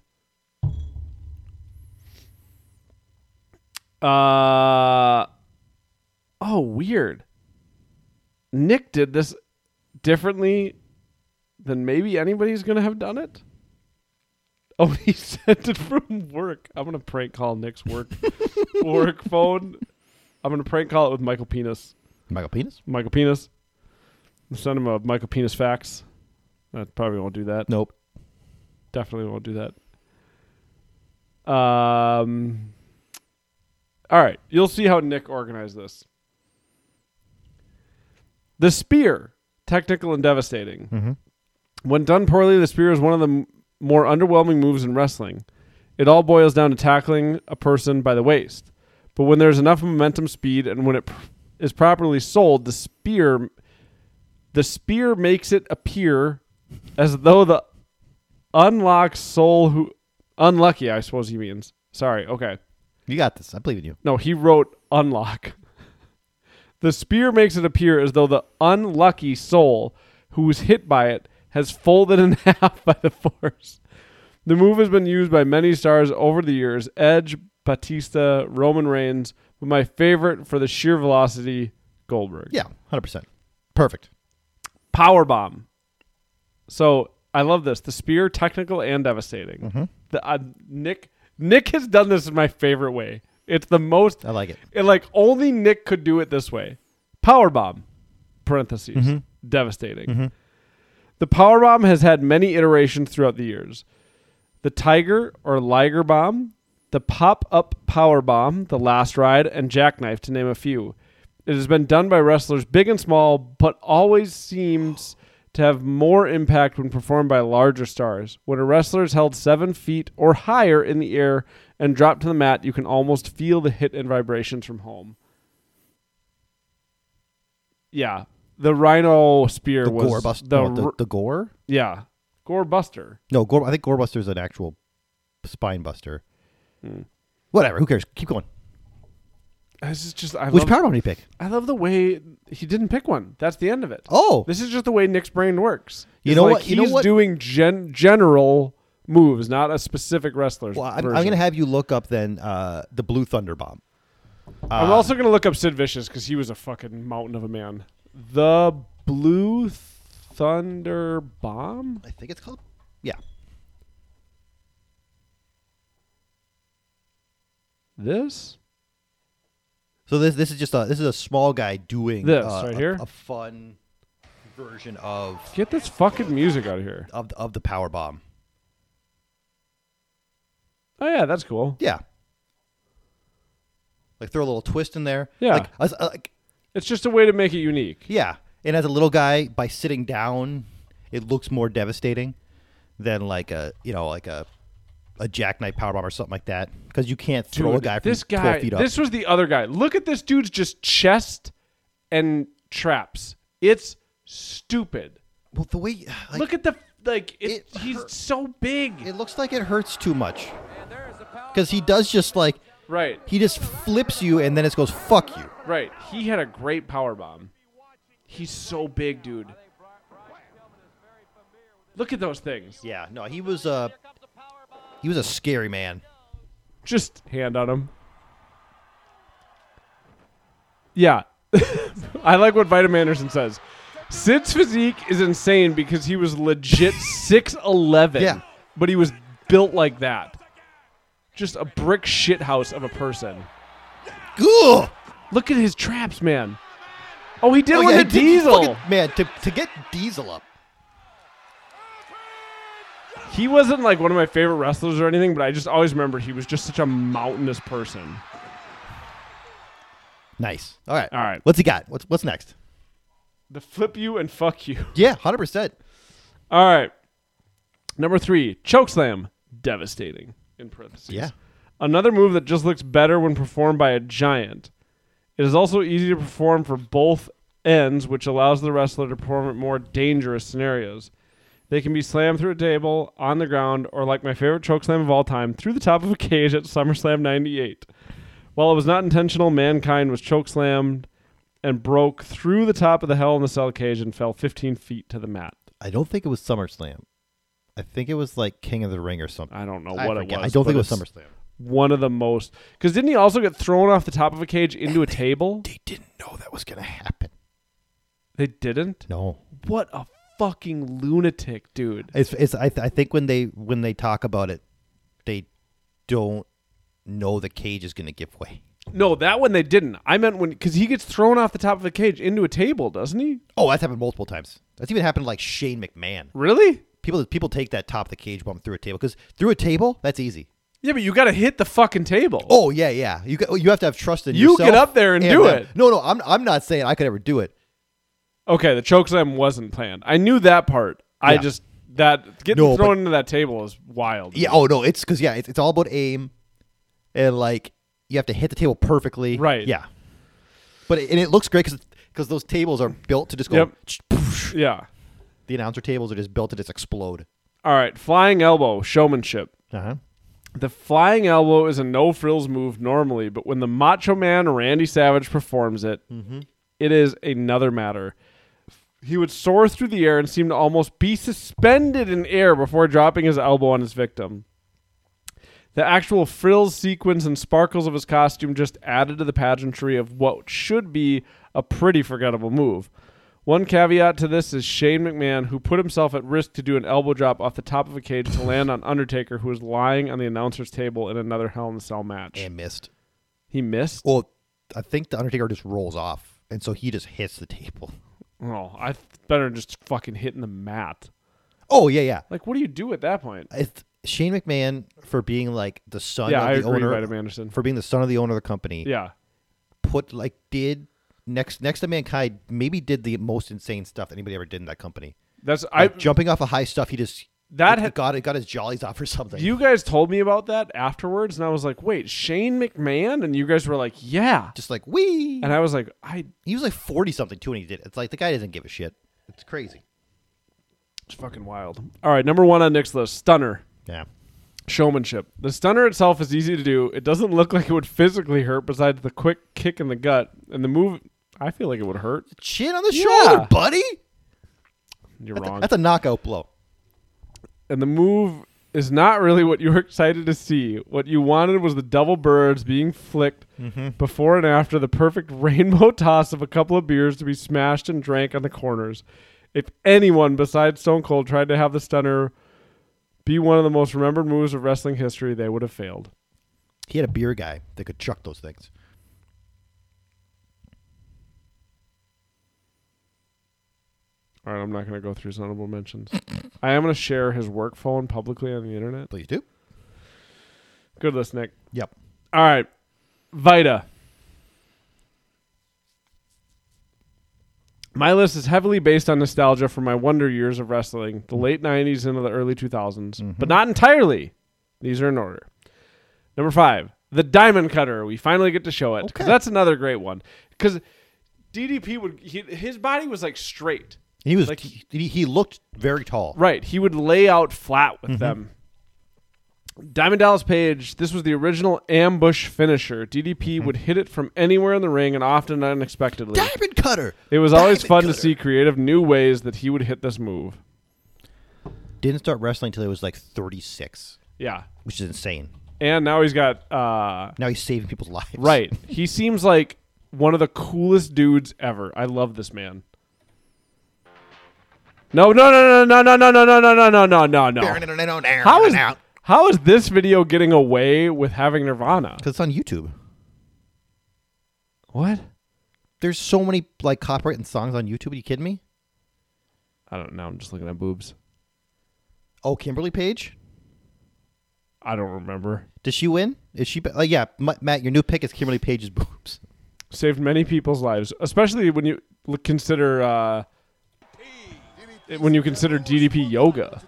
S1: Uh oh, weird. Nick did this differently than maybe anybody's gonna have done it. Oh, he sent it from work. I'm gonna prank call Nick's work work phone. I'm gonna prank call it with Michael Penis.
S2: Michael Penis?
S1: Michael Penis. Send him a Michael Penis fax. I probably won't do that
S2: Nope.
S1: definitely won't do that. Um, all right, you'll see how Nick organized this. The spear, technical and devastating. When done poorly, the spear is one of the m- more underwhelming moves in wrestling. It all boils down to tackling a person by the waist. But when there's enough momentum, speed, and when it pr- is properly sold, the spear, the spear makes it appear as though the unlocked soul who unlucky i suppose he means sorry okay
S2: You got this. I believe in you.
S1: no he wrote unlock the spear makes it appear as though the unlucky soul who was hit by it has folded in half by the force the move has been used by many stars over the years edge batista roman reigns but my favorite for the sheer velocity goldberg
S2: Yeah, 100%. Perfect.
S1: power bomb. So I love this. The spear, technical and devastating.
S2: Mm-hmm.
S1: The, uh, Nick Nick has done this in my favorite way. It's the most
S2: I like it.
S1: it like only Nick could do it this way. Power bomb, parentheses,
S2: Mm-hmm.
S1: devastating. The power bomb has had many iterations throughout the years. The tiger or liger bomb, the pop up power bomb, the last ride, and jackknife, to name a few. It has been done by wrestlers big and small, but always seems to have more impact when performed by larger stars. When a wrestler is held seven feet or higher in the air and dropped to the mat, you can almost feel the hit and vibrations from home. Yeah, the Rhino Spear
S2: The
S1: was
S2: gore bust-
S1: the,
S2: no, the,
S1: r-
S2: the gore?
S1: yeah Gore Buster.
S2: No, gore, I think gore buster is an actual spine buster.
S1: Hmm.
S2: Whatever. Who cares? Keep going.
S1: This is just I
S2: Which
S1: love,
S2: power bomb did he pick?
S1: I love the way he didn't pick one. That's the end of it.
S2: Oh.
S1: This is just the way Nick's brain works.
S2: You
S1: It's
S2: know
S1: like
S2: what- you know
S1: he's
S2: what-
S1: doing gen- general moves, not a specific wrestler's.
S2: well, I'm, I'm
S1: version.
S2: going to have you look up then uh, the blue thunder bomb.
S1: I'm also gonna look up Sid Vicious because he was a fucking mountain of a man. The Blue Thunder Bomb.
S2: I think it's called. Yeah.
S1: This.
S2: So this this is just a this is a small guy doing
S1: This
S2: uh,
S1: right
S2: a,
S1: here?
S2: a fun version of
S1: Get this fucking music out of here.
S2: of the, of the power bomb.
S1: Oh yeah, that's cool.
S2: Yeah. Like throw a little twist in there.
S1: Yeah.
S2: Like, I was- uh, like-
S1: It's just a way to make it unique.
S2: yeah. And as a little guy, by sitting down, it looks more devastating than like a you know like a a jackknife power bomb or something like that because you can't throw a
S1: Dude,
S2: guy from
S1: this guy,
S2: twelve feet up.
S1: this was the other guy. Look at this dude's just chest and traps. It's stupid.
S2: well, the way like,
S1: Look at the like. It,
S2: It
S1: he's
S2: hurt.
S1: so big.
S2: it looks like it hurts too much because he does just like
S1: right,
S2: he just flips you and then it goes fuck you.
S1: right. He had a great power bomb. He's so big, dude. Look at those things.
S2: Yeah, no, he was a he was a scary man.
S1: Just hand on him. Yeah. I like what Vitam Anderson says. Sid's physique is insane because he was legit 6'11.
S2: Yeah.
S1: But he was built like that. Just a brick shithouse of a person.
S2: Ugh!
S1: Look at his traps, man. Oh, he did
S2: Oh,
S1: one
S2: yeah,
S1: to
S2: he did- he
S1: Diesel.
S2: fucking- man, to, to get Diesel up.
S1: He wasn't like one of my favorite wrestlers or anything, but I just always remember he was just such a mountainous person.
S2: Nice. All right.
S1: All right.
S2: What's he got? What's what's next?
S1: The flip you and fuck you.
S2: Yeah, hundred percent.
S1: All right. Number three, chokeslam. Devastating. In parentheses.
S2: Yeah.
S1: Another move that just looks better when performed by a giant. It is also easy to perform for both ends, which allows the wrestler to perform at more dangerous scenarios. They can be slammed through a table, on the ground, or like my favorite chokeslam of all time, through the top of a cage at SummerSlam 98. While it was not intentional, Mankind was chokeslammed and broke through the top of the Hell in the Cell cage and fell 15 feet to the mat.
S2: I don't think it was SummerSlam. I think it was like King of the Ring or something.
S1: I don't know
S2: I
S1: what it
S2: forget.
S1: was.
S2: I don't
S1: but
S2: think it was
S1: it's
S2: SummerSlam.
S1: One of the most. Because didn't he also get thrown off the top of a cage into a table?
S2: They didn't know that was gonna happen.
S1: They didn't?
S2: No.
S1: What a fucking lunatic, dude.
S2: It's, it's I, th- I think when they when they talk about it, they don't know the cage is gonna give way.
S1: No, that one they didn't. I meant when. Because he gets thrown off the top of a cage into a table, doesn't he?
S2: Oh, that's happened multiple times. That's even happened to like Shane McMahon.
S1: Really?
S2: People people take that top of the cage bump through a table because through a table that's easy.
S1: Yeah, but you got to hit the fucking table.
S2: Oh yeah, yeah. You got, you have to have trust in
S1: You
S2: yourself.
S1: get up there and do
S2: them.
S1: it.
S2: No, no. I'm I'm not saying I could ever do it.
S1: Okay, the chokeslam wasn't planned. I knew that part. I
S2: Yeah.
S1: just. That getting
S2: No,
S1: thrown
S2: but-
S1: into that table is wild.
S2: Yeah. Oh no. It's because yeah. It's, it's all about aim, and like you have to hit the table perfectly.
S1: Right.
S2: Yeah. But it, and it looks great because those tables are built to just go.
S1: Yep.
S2: tsh, poosh.
S1: Yeah.
S2: The announcer tables are just built to just explode.
S1: All right, flying elbow, showmanship.
S2: Uh huh.
S1: The flying elbow is a no frills move normally, but when the Macho Man Randy Savage performs it, it is another matter. He would soar through the air and seem to almost be suspended in air before dropping his elbow on his victim. The actual frills, sequins, and sparkles of his costume just added to the pageantry of what should be a pretty forgettable move. One caveat to this is Shane McMahon, who put himself at risk to do an elbow drop off the top of a cage to land on Undertaker, who was lying on the announcer's table in another Hell in a Cell match.
S2: And missed.
S1: He missed?
S2: Well, I think the Undertaker just rolls off, and so he just hits the table.
S1: Oh, I better just fucking hitting the mat.
S2: Oh yeah, yeah.
S1: Like, what do you do at that point?
S2: It's Shane McMahon for being like the son.
S1: Yeah,
S2: of
S1: I
S2: the
S1: agree,
S2: owner,
S1: Adam Anderson.
S2: For being the son of the owner of the company.
S1: Yeah.
S2: put like did next next to mankind maybe did the most insane stuff anybody ever did in that company.
S1: That's I
S2: Like jumping off a high stuff, he just
S1: That
S2: he
S1: had-
S2: got it got his jollies off or something.
S1: you guys told me about that afterwards and I was like, "Wait, Shane McMahon?" And you guys were like, "Yeah."
S2: just like wee.
S1: And I was like, "I
S2: he was like forty something too, and he did. it. It's like the guy doesn't give a shit. It's crazy.
S1: it's fucking wild." All right, number 1 on Nick's list, stunner.
S2: Yeah.
S1: showmanship. The stunner itself is easy to do. It doesn't look like it would physically hurt besides the quick kick in the gut. And the move, I feel like it would hurt.
S2: Chin on the
S1: Yeah.
S2: shoulder, buddy.
S1: You're
S2: That's a,
S1: wrong.
S2: that's a knockout blow.
S1: and the move is not really what you were excited to see. What you wanted was the double birds being flicked before and after the perfect rainbow toss of a couple of beers to be smashed and drank on the corners. If anyone besides Stone Cold tried to have the stunner be one of the most remembered moves of wrestling history, they would have failed.
S2: He had a beer guy that could chuck those things.
S1: All right, I'm not going to go through his honorable mentions. I am going to share his work phone publicly on the internet.
S2: Please do.
S1: Good list, Nick.
S2: Yep.
S1: All right, Vita. My list is heavily based on nostalgia for my wonder years of wrestling, the late 90s into the early 2000s, but not entirely. These are in order. Number five, the Diamond Cutter. We finally get to show it. 'cause
S2: Okay.
S1: That's another great one. Because DDP would, he, his body was like straight.
S2: And he was
S1: Like-
S2: he, he looked very tall.
S1: Right. He would lay out flat with them. Diamond Dallas Page, this was the original ambush finisher. DDP would hit it from anywhere in the ring and often unexpectedly.
S2: Diamond cutter.
S1: it was always
S2: Diamond
S1: fun to
S2: cutter.
S1: see creative new ways that he would hit this move.
S2: Didn't start wrestling until he was like thirty six,
S1: Yeah.
S2: which is insane.
S1: And now he's got uh
S2: Now he's saving people's lives.
S1: right. he seems like one of the coolest dudes ever. I love this man. No, no, no, no, no, no, no, no, no, no, no, no, no, no. How is how is this video getting away with having Nirvana?
S2: Because it's on YouTube.
S1: What?
S2: There's so many like copyrighted songs on YouTube. Are you kidding me?
S1: I don't know. I'm just looking at boobs.
S2: Oh, Kimberly Page.
S1: I don't remember.
S2: Does she win? Is she? Oh, yeah, M- Matt, your new pick is Kimberly Page's boobs.
S1: Saved many people's lives, especially when you l- consider uh, it- when you consider DDP yoga.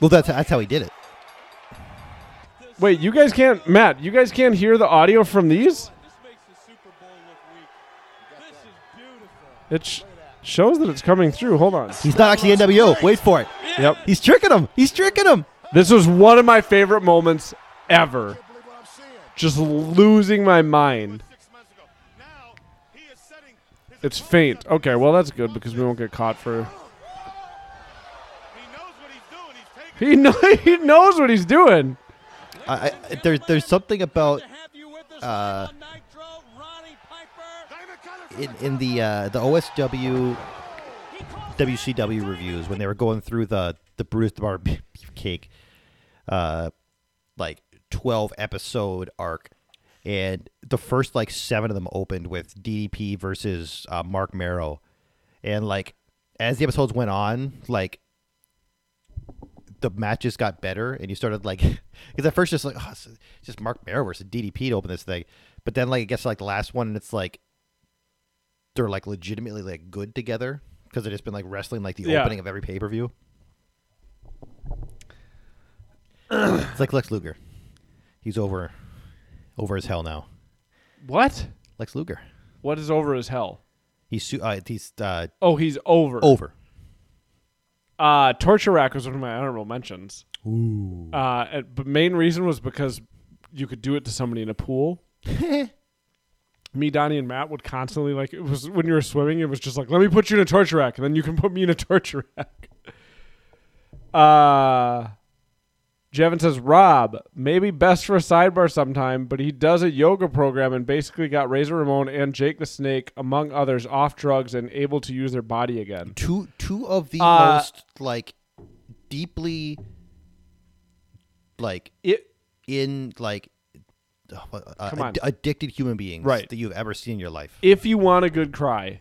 S2: Well, that's that's how he did it.
S1: Wait, you guys can't, Matt. You guys can't hear the audio from these. It sh- shows that it's coming through. Hold on.
S2: He's not actually NWO. Wait for it.
S1: Yep.
S2: He's tricking him. He's tricking him.
S1: This was one of my favorite moments ever. Just losing my mind. It's faint. Okay, well that's good because we won't get caught for. He know, he knows what he's doing.
S2: I, I, there, there's something about
S5: uh,
S2: in, in the uh, the OSW WCW reviews when they were going through the the Brutus the Barber Beefcake, uh, like twelve episode arc, and the first like seven of them opened with DDP versus uh, Mark Merrow, and like as the episodes went on, like the matches got better and you started like because at first just like oh, it's it's just Mark Merrow versus DDP to open this thing, but then like it gets to like the last one and it's like they're like legitimately like good together because they've just been like wrestling like the
S1: Yeah.
S2: opening of every pay per view. it's like Lex Luger, he's over, over as hell now.
S1: What?
S2: Lex Luger,
S1: What is over as hell?
S2: he's su- uh, he's uh,
S1: Oh, he's over.
S2: over.
S1: Uh, Torture Rack was one of my honorable mentions. Ooh. Uh, and- but main reason was because you could do it to somebody in a pool. me, Donnie, and Matt would constantly like it was when you were swimming. It was just like, let me put you in a torture rack, and then you can put me in a torture rack. Uh, Jevin says, Rob, maybe best for a sidebar sometime, but he does a yoga program and basically got Razor Ramon and Jake the Snake, among others, off drugs and able to use their body again.
S2: two two of the
S1: Uh,
S2: most like deeply like
S1: It
S2: in like uh, what- uh,
S1: Come on.
S2: ad- addicted human beings
S1: Right.
S2: that you've ever seen in your life.
S1: if you want a good cry,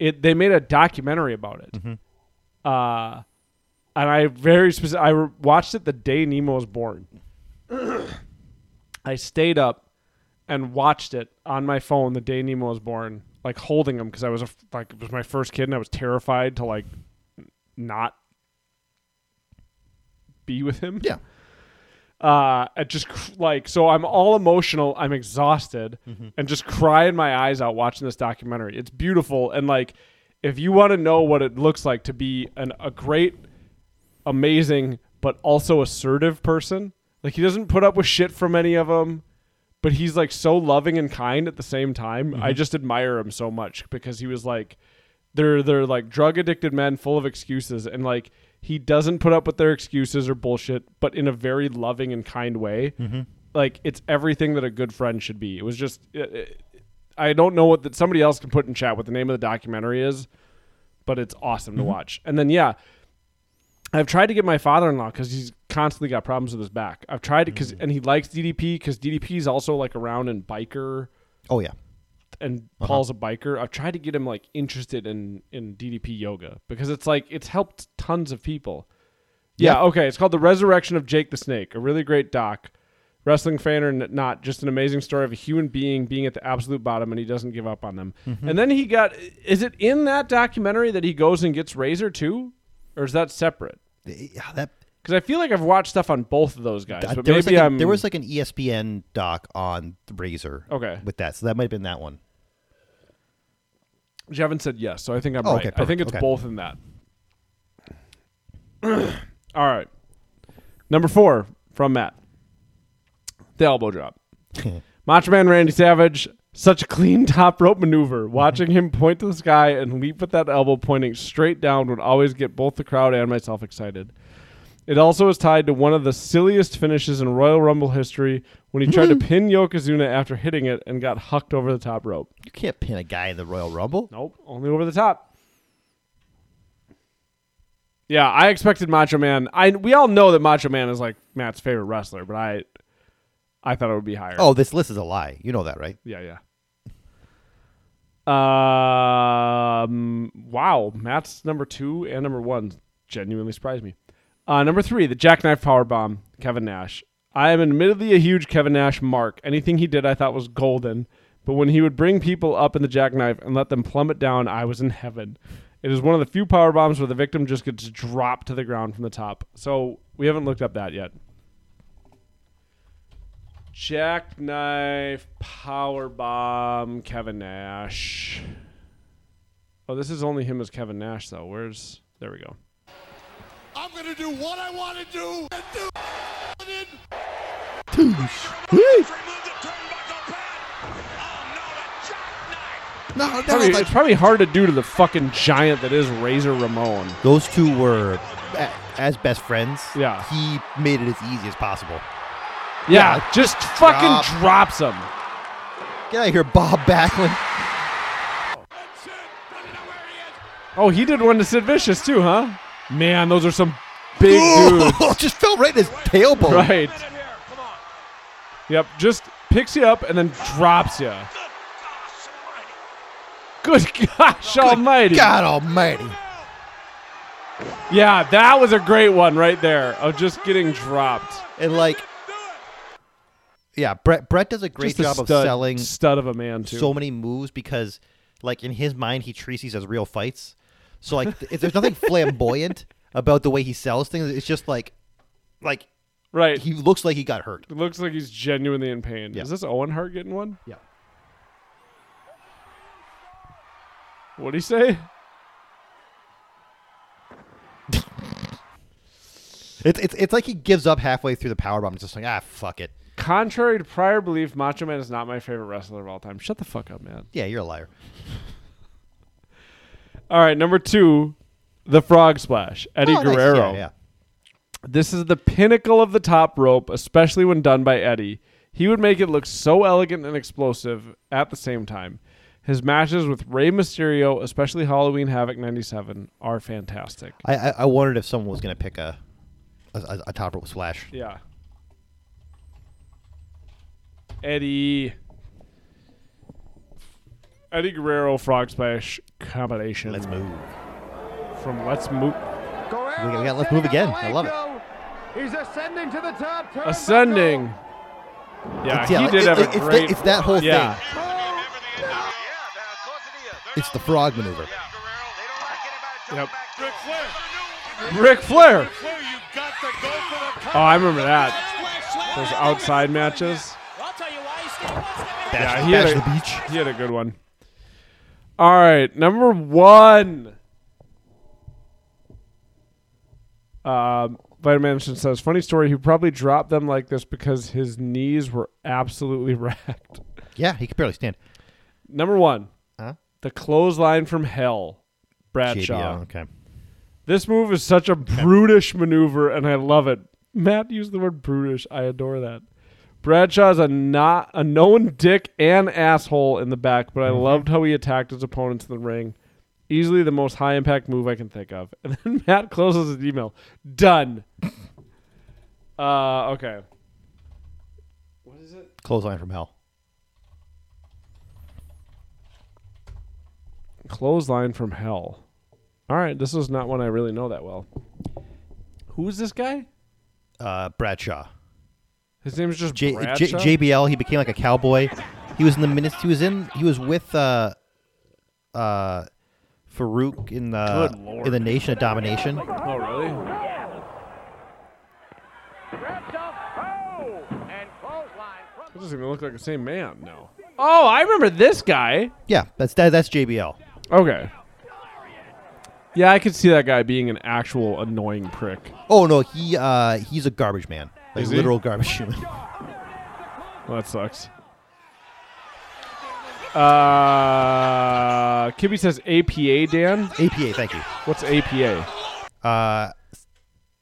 S1: it they made a documentary about it. Uh, and I very specific. I re- watched it the day Nemo was born. I stayed up and watched it on my phone the day Nemo was born, like holding him because I was a f like it was my first kid and I was terrified to like n- not be with him
S2: Yeah.
S1: uh, I just cr- like so I'm all emotional, I'm exhausted, and just crying my eyes out watching this documentary. It's beautiful, and like if you want to know what it looks like to be an, a great, amazing, but also assertive person, like he doesn't put up with shit from any of them, but he's like so loving and kind at the same time. I just admire him so much because he was like they're they're like drug addicted men full of excuses and like he doesn't put up with their excuses or bullshit but in a very loving and kind way like it's everything that a good friend should be it was just it, it, i don't know what that somebody else can put in chat what the name of the documentary is but it's awesome to watch and then yeah I've tried to get my father-in-law because he's constantly got problems with his back. I've tried to because and he likes DDP because DDP is also like around in biker
S2: Oh yeah.
S1: and Paul's a biker. I've tried to get him like interested in in DDP yoga because it's like it's helped tons of people. Yeah,
S2: Yeah.
S1: okay. It's called The Resurrection of Jake the Snake, a really great doc. Wrestling fan or n- not, just an amazing story of a human being being at the absolute bottom and he doesn't give up on them. And then he got is it in that documentary that he goes and gets Razor too? Or is that separate?
S2: Yeah, that
S1: Because I feel like I've watched stuff on both of those guys,
S2: uh,
S1: but
S2: there, was
S1: maybe
S2: like a-
S1: I'm
S2: there was like an E ESPN doc on Razor.
S1: Okay.
S2: With that, so that might have been that one.
S1: Jevin said yes, so I think I'm
S2: Oh,
S1: right.
S2: okay,
S1: I
S2: perfect,
S1: think it's
S2: okay.
S1: both in that. All right. Number four from Matt. The elbow drop. Macho Man Randy Savage, such a clean top rope maneuver. Watching him point to the sky and leap with that elbow pointing straight down would always get both the crowd and myself excited. It also is tied to one of the silliest finishes in Royal Rumble history when he tried to pin Yokozuna after hitting it and got hucked over the top rope.
S2: You can't pin a guy in the Royal Rumble.
S1: Nope, only over the top. Yeah, I expected Macho Man. I we all know that Macho Man is like Matt's favorite wrestler, but I I thought it would be higher.
S2: Oh, this list is a lie. You know that, right?
S1: yeah, yeah. Um, wow, Matt's number two and number one genuinely surprised me. Uh, number three, the jackknife power bomb, Kevin Nash. I am admittedly a huge Kevin Nash mark. Anything he did, I thought was golden. But when he would bring people up in the jackknife and let them plummet down, I was in heaven. It is one of the few power bombs where the victim just gets dropped to the ground from the top. So we haven't looked up that yet. Jackknife power bomb, Kevin Nash. Oh, this is only him as Kevin Nash though. Where's there we go.
S5: I'm gonna do what I want to do and do it.
S2: No, that
S1: Probably-
S2: was like
S1: it's probably hard to do to the fucking giant that is Razor Ramon.
S2: those two were a- as best friends.
S1: Yeah.
S2: he made it as easy as possible.
S1: Yeah,
S2: Yeah,
S1: just
S2: drop.
S1: fucking drops him.
S2: Get out of here, Bob Backlund.
S5: That's it. Doesn't know where he is.
S1: Oh, he did one to Sid Vicious too, huh? Man, those are some big dudes.
S2: just fell right in his tailbone.
S1: Right.
S5: Get in here. Come on.
S1: Yep. Just picks you up and then drops you.
S5: Good gosh almighty.
S1: Good gosh almighty.
S2: God Almighty!
S1: Yeah, that was a great one right there of just getting dropped.
S2: And like, yeah, Brett Brett does a great
S1: Just a
S2: job of
S1: stud-
S2: selling
S1: stud of a man too.
S2: so many moves because, like, in his mind, he treats these as real fights. So like, th- there's nothing flamboyant about the way he sells things. It's just like, like
S1: right.
S2: he looks like he got hurt.
S1: It looks like he's genuinely in pain.
S2: Yeah.
S1: Is this Owen Hart getting one?
S2: Yeah.
S1: What'd he say?
S2: It's, it's, it's like he gives up halfway through the powerbomb. It's just like, ah, fuck it.
S1: Contrary to prior belief, Macho Man is not my favorite wrestler of all time. Shut the fuck up, man.
S2: Yeah, you're a liar.
S1: All right, number two, the Frog Splash, Eddie
S2: Oh, nice.
S1: Guerrero.
S2: Yeah, yeah.
S1: This is the pinnacle of the top rope, especially when done by Eddie. He would make it look so elegant and explosive at the same time. His matches with Rey Mysterio, especially Halloween Havoc 97, are fantastic.
S2: I, I, I wondered if someone was going to pick a, a, a, a top rope splash.
S1: Yeah. Eddie. Eddie Guerrero Frog Splash combination.
S2: Let's move.
S1: From Let's Move.
S2: We got- we got- let's move again. I love it.
S4: He's ascending to the top. turnbuckle.
S1: Ascending. Yeah,
S2: It's- yeah,
S1: he
S2: like,
S1: did
S2: it-
S1: have
S2: it-
S1: a
S2: it's, the-
S1: great.
S2: it's that whole
S1: yeah.
S2: thing.
S6: It's
S2: It's the frog maneuver.
S1: Yep.
S5: Ric Flair.
S1: Ric Flair.
S5: Flair, you got to go for the
S1: Oh, I remember that. Those
S7: Those
S1: outside matches.
S7: I'll tell you why he's still
S1: Yeah,
S2: Bash,
S1: he
S2: bash
S1: had
S2: the
S1: a-
S2: beach.
S1: He had a good one. All right, number one. Um, Vitamin Anderson says, funny story, he probably dropped them like this because his knees were absolutely racked.
S2: Yeah, he could barely stand.
S1: Number one,
S2: Huh?
S1: the clothesline from hell, Bradshaw.
S2: JBL, okay.
S1: This move is such a brutish maneuver, and I love it. Matt used the word brutish. I adore that. Bradshaw's a not a known dick and asshole in the back, but I loved how he attacked his opponents in the ring. Easily the most high impact move I can think of. And then Matt closes his email. Done. uh, okay.
S2: Clothesline from hell.
S1: Clothesline from hell. All right, this is not one I really know that well. Who is this guy?
S2: Uh, Bradshaw.
S1: His name is just
S2: J- J-
S1: Bradshaw.
S2: JBL. He became like a cowboy. He was in the minutes. He was in. He was with uh, uh, Farouk in the
S1: Good lord.
S2: in the Nation of Domination.
S1: oh, really? That doesn't even look like the same man. No. Oh, I remember this guy.
S2: Yeah, that's that, that's JBL.
S1: Okay. Yeah, I could see that guy being an actual annoying prick.
S2: Oh no, he uh, he's a garbage man, like
S1: Is he?
S2: literal garbage human.
S1: Well, that sucks. Uh, Kibby says APA, Dan.
S2: APA, thank you.
S1: What's APA?
S2: Uh,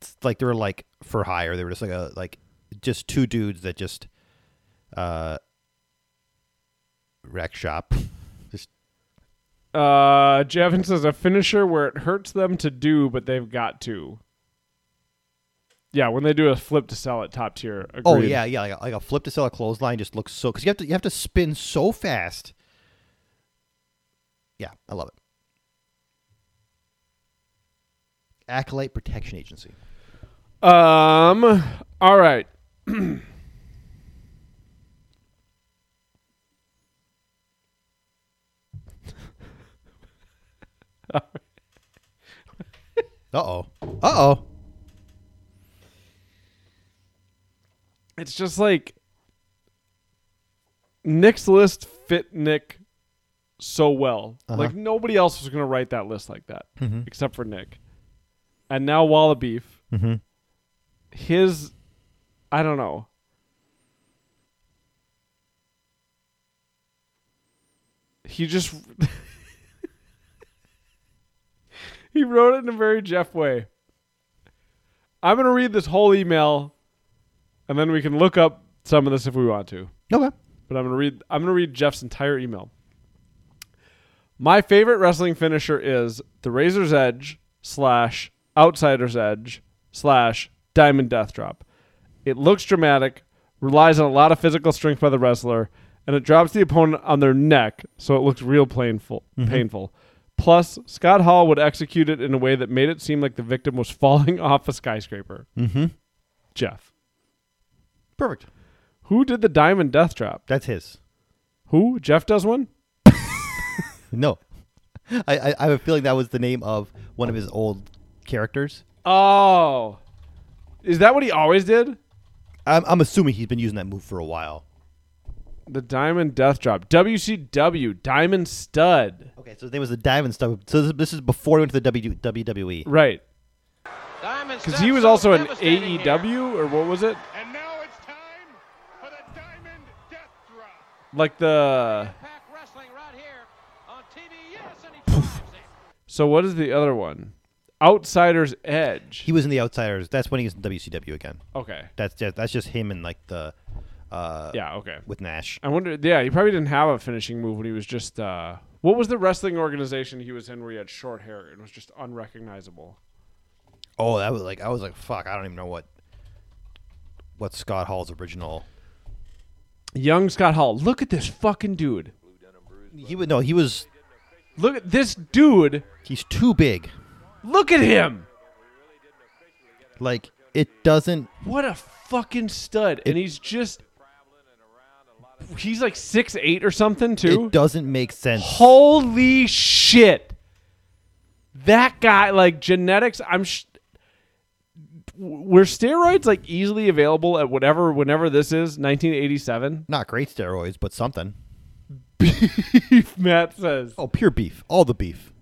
S2: it's like they were like for hire. They were just like a like just two dudes that just uh, wreck shop. Just
S1: Uh, Javin says a finisher where it hurts them to do, but they've got to. Yeah, when they do a flip to sell it, top tier. Agreed.
S2: Oh yeah, yeah, like a, like a flip to sell a clothesline just looks so because you have to you have to spin so fast. Yeah, I love it. Acolyte Protection Agency.
S1: Um. All right.
S2: Uh oh. Uh oh.
S1: It's just like Nick's list fit Nick so well. Like nobody else was going to write that list like that except for Nick. And now Walla Beef. His, I don't know. He just he wrote it in a very Jeff way. I'm gonna read this whole email, and then we can look up some of this if we want to
S2: Okay.
S1: but I'm gonna read I'm gonna read Jeff's entire email. My favorite wrestling finisher is the Razor's Edge slash Outsider's Edge slash Diamond Death Drop. It looks dramatic, relies on a lot of physical strength by the wrestler, and it drops the opponent on their neck, so it looks real painful. Painful. Plus, Scott Hall would execute it in a way that made it seem like the victim was falling off a skyscraper. Mm-hmm. Jeff,
S2: Perfect.
S1: who did the Diamond Death Drop?
S2: That's his.
S1: Who? Jeff does one.
S2: No. I, I, I have a feeling that was the name of one of his old characters.
S1: Oh. Is that what he always did?
S2: I'm, I'm assuming he's been using that move for a while.
S1: The Diamond Death Drop. WCW, Diamond Stud.
S2: Okay, so his name was the Diamond Stuff. So this, this is before he went to the W- E. WWE.
S1: Right.
S6: Diamond
S1: Because
S6: Steph
S1: he was
S6: so
S1: also E in
S6: devastating here.
S1: AEW, or what was it?
S5: And now it's time for the Diamond Death Drop.
S1: Like the.
S6: Impact Wrestling right here on TV. Yes, and he drives it.
S1: So what is the other one? Outsider's Edge.
S2: He was in the Outsiders. That's when he was in WCW again.
S1: okay.
S2: That's just that's just him and like the uh
S1: Yeah, okay.
S2: with Nash.
S1: I wonder. Yeah, he probably didn't have a finishing move when he was just. Uh, what was the wrestling organization he was in where he had short hair and was just unrecognizable?
S2: Oh, that was like I was like fuck, I don't even know what what Scott Hall's original.
S1: Young Scott Hall. Look at this fucking dude.
S2: He would no, he was
S1: Look at this dude.
S2: he's too big.
S1: Look at him.
S2: Like it doesn't
S1: What a fucking stud. and he's just he's like six eight or something too.
S2: it doesn't make sense.
S1: Holy shit. That guy like genetics I'm sh- were steroids like easily available at whatever whenever this is 1987
S2: Not great steroids, but something.
S1: Matt says
S2: Oh, pure beef. All the beef.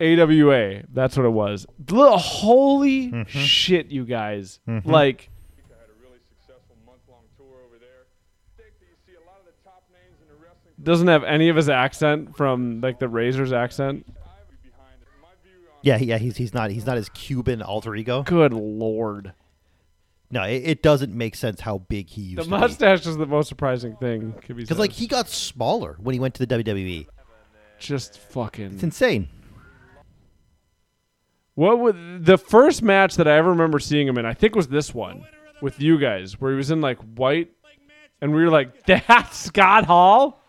S1: AWA that's what it was L- holy
S2: Mm-hmm.
S1: shit you guys like
S5: I had a really successful month-long tour over there. Think that you see a lot of the top names in the wrestling
S1: doesn't have any of his accent from like the Razor's accent
S5: I would be behind. it. My view on
S2: Yeah, yeah, he's he's not he's not his Cuban alter ego.
S1: good lord
S2: No, it, it doesn't make sense how big he used
S1: The
S2: to
S1: mustache is the most surprising thing. Could be
S2: Because
S1: said.
S2: like he got smaller when he went to the WWE.
S1: just
S2: It's
S1: fucking.
S2: insane.
S1: What would the first match that I ever remember seeing him in? I think was this one with you guys, where he was in like white, and we were like, "That's Scott Hall."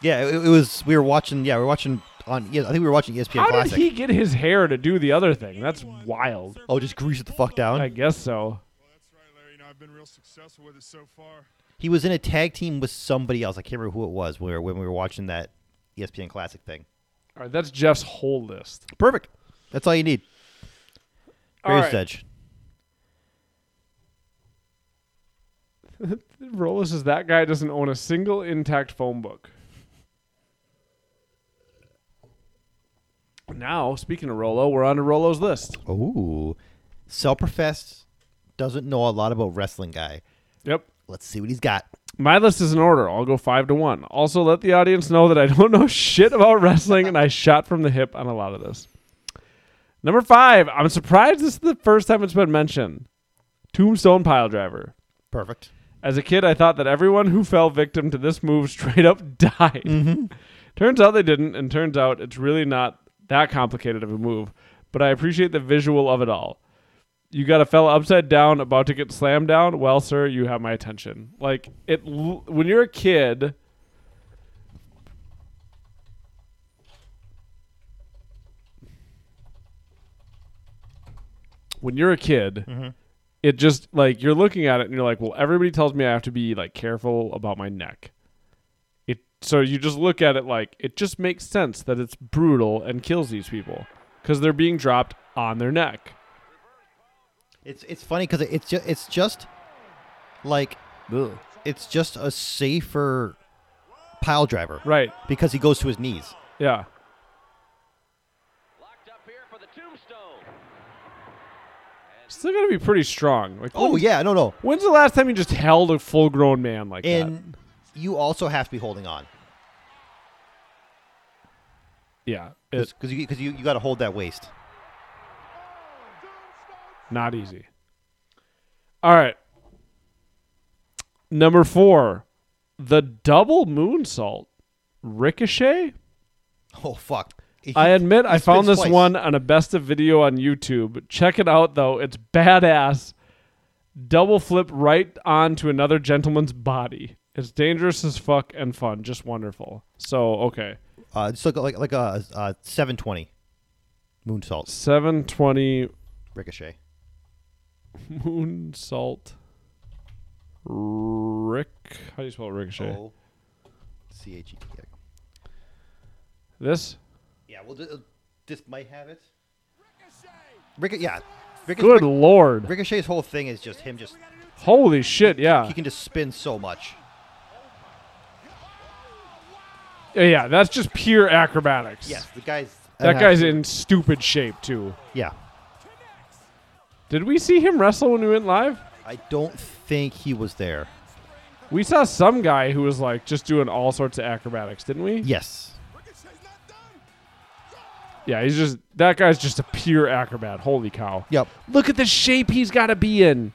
S2: Yeah, it, it was. We were watching. Yeah, we were watching on. Yeah, I think we were watching E ESPN
S1: How did
S2: Classic.
S1: he get his hair to do the other thing? That's wild.
S2: oh, just grease it the fuck down.
S1: I guess so.
S5: Well, that's right, Larry. You know, I've been real successful with it so far.
S2: he was in a tag team with somebody else. I can't remember who it was. When we were, when we were watching that E ESPN Classic thing.
S1: All right, that's Jeff's whole list.
S2: Perfect. That's all you need.
S1: All
S2: Graves
S1: right.
S2: Edge.
S1: Rolla says that guy doesn't own a single intact phone book. Now, speaking of Rolo, we're on to Rolo's list.
S2: Ooh, self-professed doesn't know a lot about wrestling guy.
S1: Yep.
S2: Let's see what he's got.
S1: My list is in order. I'll go five to one. Also, let the audience know that I don't know shit about wrestling and I shot from the hip on a lot of this. Number five, I'm surprised this is the first time it's been mentioned Tombstone Piledriver.
S2: Perfect.
S1: As a kid, I thought that everyone who fell victim to this move straight up died. turns out they didn't, and turns out it's really not that complicated of a move, but I appreciate the visual of it all. You got a fella upside down about to get slammed down. Well, sir, you have my attention. Like it l- when you're a kid, when you're a kid, it just like you're looking at it and you're like, well, everybody tells me I have to be like careful about my neck. It so you just look at it like it just makes sense that it's brutal and kills these people because they're being dropped on their neck.
S2: It's it's funny because it's just it's just like it's just a safer pile driver,
S1: Right.
S2: Because he goes to his knees.
S1: Yeah.
S6: Locked up here for the tombstone.
S1: Still gotta be pretty strong. Like
S2: Oh
S1: when-
S2: yeah, no no,
S1: When's the last time you just held a full grown man like that?
S2: and you also have to be holding on
S1: Yeah. It's
S2: because you because you, you got to hold that waist.
S1: not easy. All right. Number four, the double moonsault. Ricochet?
S2: Oh fuck! He-
S1: I admit
S2: he
S1: I found
S2: spins
S1: this
S2: twice.
S1: one on a best of video on YouTube. Check it out though. It's badass. Double flip right onto another gentleman's body. It's dangerous as fuck and fun. Just wonderful. So, okay.
S2: Uh, just like like like a, uh seven twenty moonsault
S1: 720
S2: ricochet.
S1: moonsault. Rick. How do you spell ricochet?
S2: O Oh. C H E T.
S1: This?
S2: Yeah, well, th- uh, this might have it. Ricochet. yeah. Rico-
S1: Good
S2: Ric-
S1: lord.
S2: Ricochet's whole thing is just him. Just
S1: Holy shit, yeah.
S2: he can just spin so much.
S1: Yeah, that's just pure acrobatics.
S2: Yes, the guy's
S1: That guy's in stupid shape too.
S2: Yeah,
S1: Did we see him wrestle when we went live?
S2: I don't think he was there.
S1: We saw some guy who was like just doing all sorts of acrobatics, didn't we?
S2: Yes,
S1: Yeah, he's just that guy's just a pure acrobat. Holy cow.
S2: Yep.
S1: Look at the shape he's got to be in.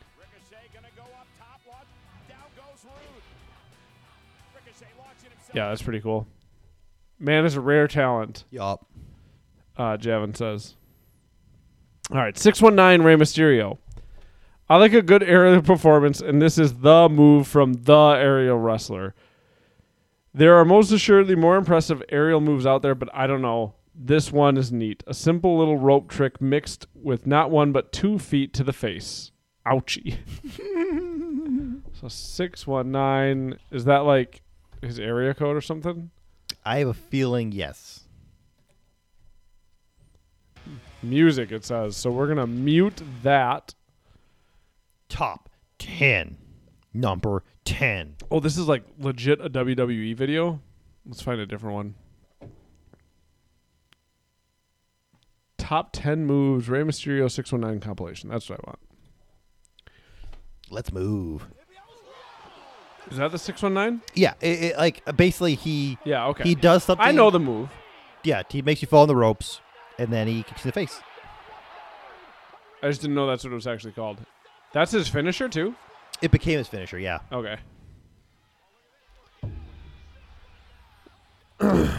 S1: Yeah, that's pretty cool. Man is a rare talent,
S2: yup.
S1: uh, Javin says. All right, 619 Rey Mysterio. I like a good aerial performance, and this is the move from the aerial wrestler. There are most assuredly more impressive aerial moves out there, but I don't know. This one is neat. A simple little rope trick mixed with not one but two feet to the face. Ouchie. so 619, is that like his area code or something?
S2: I have a feeling yes.
S1: Music, it says. So we're going to mute that.
S2: Top ten, number ten.
S1: Oh, this is like legit a WWE video. Let's find a different one. Top 10 moves, Rey Mysterio 619 compilation. That's what I want.
S2: Let's move.
S1: Is that the 619?
S2: Yeah, it, it, like basically he.
S1: Yeah, okay.
S2: He does something.
S1: I know the move.
S2: Yeah, he makes you fall on the ropes, and then he kicks you in the face.
S1: I just didn't know that's what it was actually called. That's his finisher, too?
S2: It became his finisher. Yeah.
S1: Okay.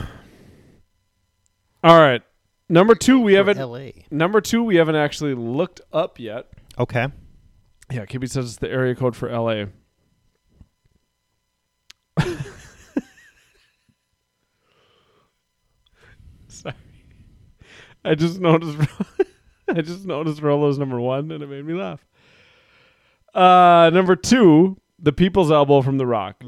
S1: All right. Number two, we haven't.
S2: L.A.
S1: Number two, we haven't actually looked up yet.
S2: Okay.
S1: Yeah, Kibby says it's the area code for LA. Sorry. I just noticed I just noticed Rolo's number one and it made me laugh. Uh number two, the people's elbow from the rock.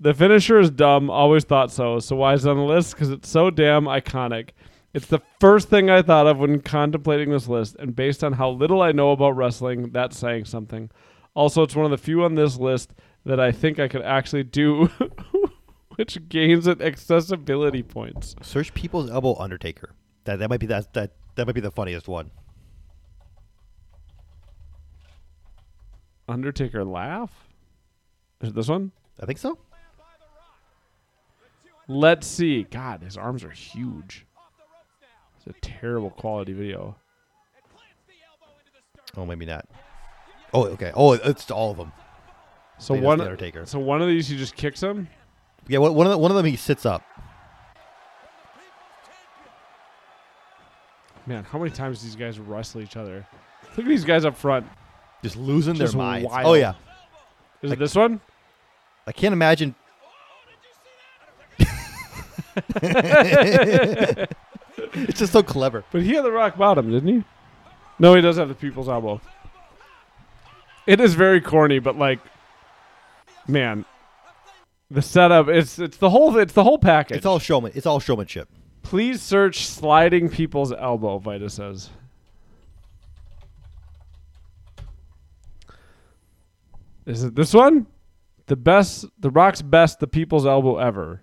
S1: The finisher is dumb, always thought so, so why is it on the list? Because it's so damn iconic. It's the first thing I thought of when contemplating this list, and based on how little I know about wrestling, that's saying something. Also, it's one of the few on this list that I think I could actually do, which gains it accessibility points.
S2: Search people's elbow Undertaker. That that might be that that that might be the funniest one.
S1: Undertaker laugh? Is it this one?
S2: I think so.
S1: Let's see. God, his arms are huge. It's a terrible quality video.
S2: Oh, maybe not. Oh, okay. Oh, it's all of them.
S1: So
S2: Hey, that's
S1: one,
S2: the Undertaker.
S1: so one of these, he just kicks him.
S2: Yeah, one one of the, one of them he sits up.
S1: Man, how many times these guys wrestle each other? Look at these guys up front.
S2: just losing
S1: Just
S2: their minds.
S1: wild.
S2: Oh yeah,
S1: Is
S2: Like-
S1: it this one?
S2: I can't imagine. it's just so clever.
S1: But he had the rock bottom, didn't he? No, he does have the people's elbow. It is very corny, but like, man, the setup it's it's the whole it's the whole package.
S2: It's all showman. It's all showmanship.
S1: Please search sliding people's elbow. Vita says. Is it this one? The best, the Rock's best, the people's elbow ever.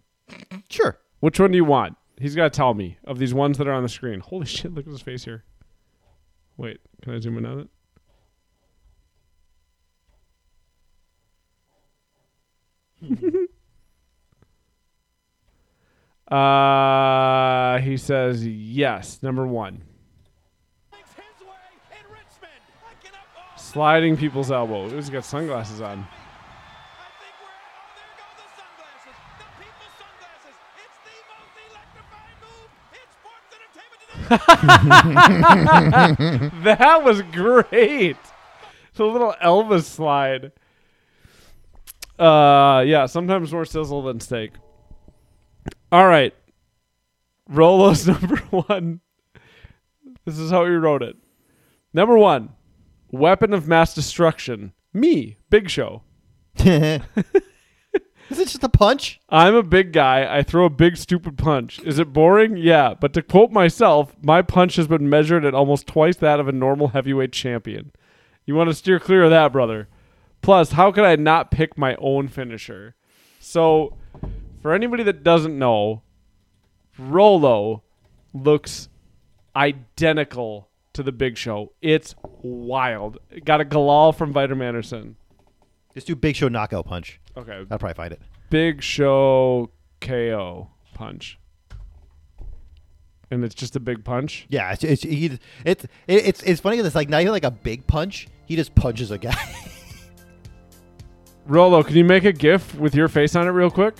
S2: Sure.
S1: Which one do you want? He's got to tell me of these ones that are on the screen. Holy shit, look at his face here. Wait, can I zoom in on it? uh, he says yes, number one. Sliding people's elbow. Ooh, He's got sunglasses on. That was great. The little Elvis slide. Uh, yeah, sometimes more sizzle than steak. All right. Rolo's number one. This is how he wrote it. Number one, weapon of mass destruction. Me, Big Show.
S2: Is it just a punch?
S1: I'm a big guy. I throw a big, stupid punch. Is it boring? Yeah. But to quote myself, my punch has been measured at almost twice that of a normal heavyweight champion. You want to steer clear of that, brother. Plus, how could I not pick my own finisher? So, for anybody that doesn't know, Rolo looks identical to the Big Show. It's wild. Got a galal from Viter Anderson.
S2: Just do Big Show knockout punch.
S1: Okay,
S2: I'll probably find it.
S1: Big Show KO punch. And it's just a big punch.
S2: Yeah, it's it's he, it's, it's it's funny because it's like not even like a big punch. He just punches a guy.
S1: Rolo, can you make a GIF with your face on it real quick?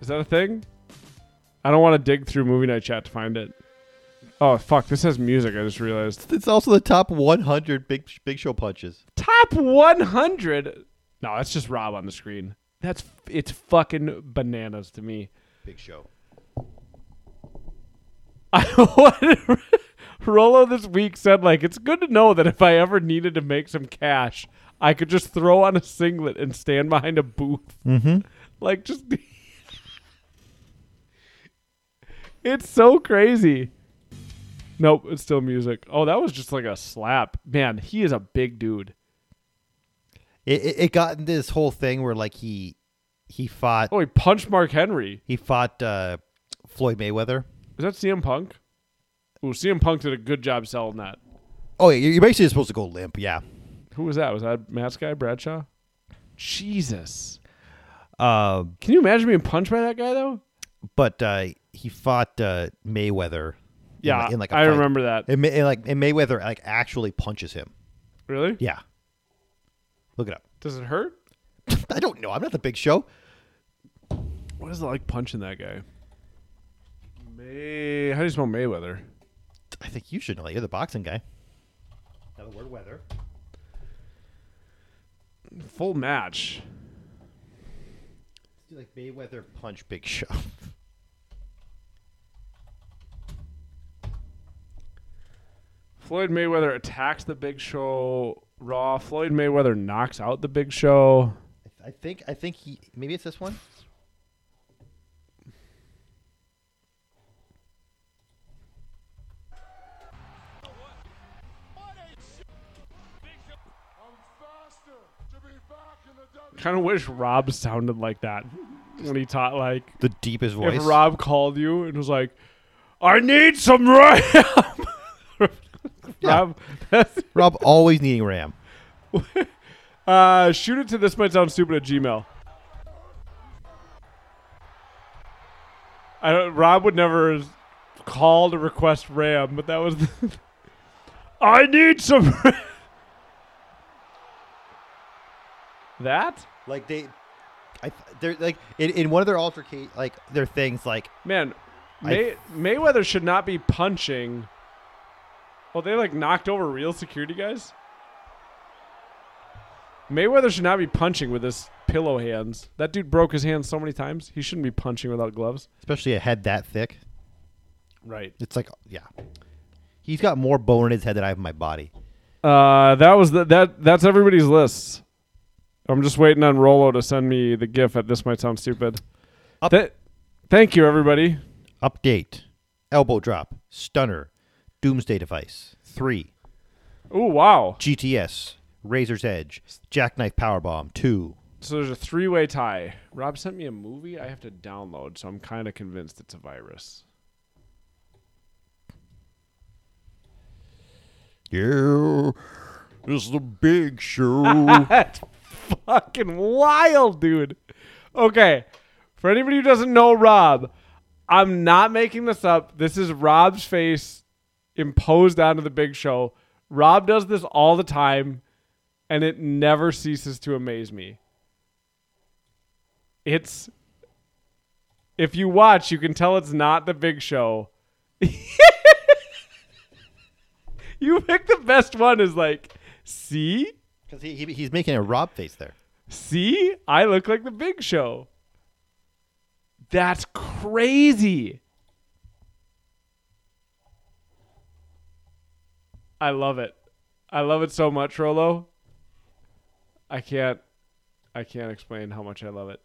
S1: Is that a thing? I don't want to dig through movie night chat to find it. Oh fuck! This has music. I just realized.
S2: it's also the top 100 Big Big Show punches.
S1: Top 100. No, that's just Rob on the screen. That's it's fucking bananas to me.
S2: Big Show.
S1: what Rolo this week said like it's good to know that if I ever needed to make some cash, I could just throw on a singlet and stand behind a booth. Like just It's so crazy. Nope, it's still music. Oh, that was just like a slap. Man, he is a big dude.
S2: It, it it got into this whole thing where like he he fought
S1: Oh, he punched Mark Henry.
S2: he fought uh, Floyd Mayweather.
S1: Is that CM Punk? Ooh, CM Punk did a good job selling that.
S2: Oh, yeah, you're basically supposed to go limp. Yeah.
S1: Who was that? Was that Matt's guy, Bradshaw? Jesus.
S2: Uh,
S1: Can you imagine being punched by that guy though?
S2: but uh, he fought uh, Mayweather. in,
S1: Yeah,
S2: like- in, like, a
S1: I
S2: fight.
S1: remember that.
S2: And, May- and, like and Mayweather like actually punches him.
S1: really?
S2: Yeah. Look it up.
S1: Does it hurt?
S2: I don't know. I'm not the Big Show.
S1: What is it like punching that guy? May how do you spell Mayweather?
S2: I think you should know that. You're the boxing guy. Now the word weather.
S1: Full match.
S2: Do like Mayweather punch Big Show.
S1: Floyd Mayweather attacks the Big Show Raw. Floyd Mayweather knocks out the Big Show.
S2: I think I think he maybe it's this one.
S1: Kind of wish Rob sounded like that when he taught like
S2: The deepest voice.
S1: if Rob called you and was like, "I need some Ram." Rob, that's
S2: Rob always needing Ram.
S1: Uh, shoot it to this might sound stupid at Gmail. I don't, Rob would never call to request RAM, but that was. The, I need some. RAM. that
S2: Like they, I they're like in, in one of their altercate like their things like
S1: man, May, Mayweather should not be punching. Oh, they like knocked over real security guys. Mayweather should not be punching with his pillow hands. That dude broke his hands so many times. He shouldn't be punching without gloves.
S2: especially a head that thick.
S1: Right.
S2: It's like yeah, he's got more bone in his head than I have in my body.
S1: Uh, Uh, that was the, that. That's everybody's list. I'm just waiting on Rolo to send me the GIF. At this might sound stupid.
S2: Up-
S1: Tha- thank you, everybody.
S2: Update. Elbow drop. Stunner. Doomsday device. Three.
S1: Oh wow!
S2: GTS. Razor's Edge. Jackknife Powerbomb. Two.
S1: So there's a three-way tie. Rob sent me a movie I have to download, so I'm kind of convinced it's a virus.
S2: Yeah. It's the big show.
S1: That's fucking wild, dude. Okay. For anybody who doesn't know Rob, I'm not making this up. This is Rob's face imposed onto the big show. Rob does this all the time, and it never ceases to amaze me. It's. If you watch, you can tell it's not the big show. you pick the best one, is like, see?
S2: Because he, he, he's making a Rob face there.
S1: See, I look like the big show. That's crazy. I love it. I love it so much, Rolo. I can't I can't explain how much I love it.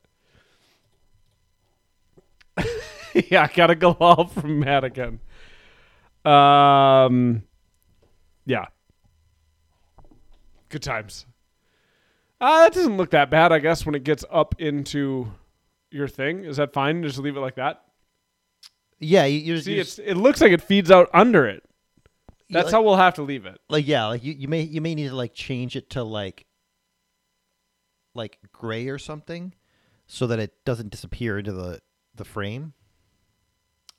S1: yeah, I gotta go all from Matt again. Um Yeah. Good times. Uh, that doesn't look that bad, I guess, when it gets up into your thing. Is that fine? Just leave it like that.
S2: Yeah, you, you just-
S1: See,
S2: you
S1: it's,
S2: just-
S1: it looks like it feeds out under it. That's
S2: like-
S1: how we'll have to leave it.
S2: like yeah, like you, you may you may need to like change it to like like gray or something, so that it doesn't disappear into the the frame.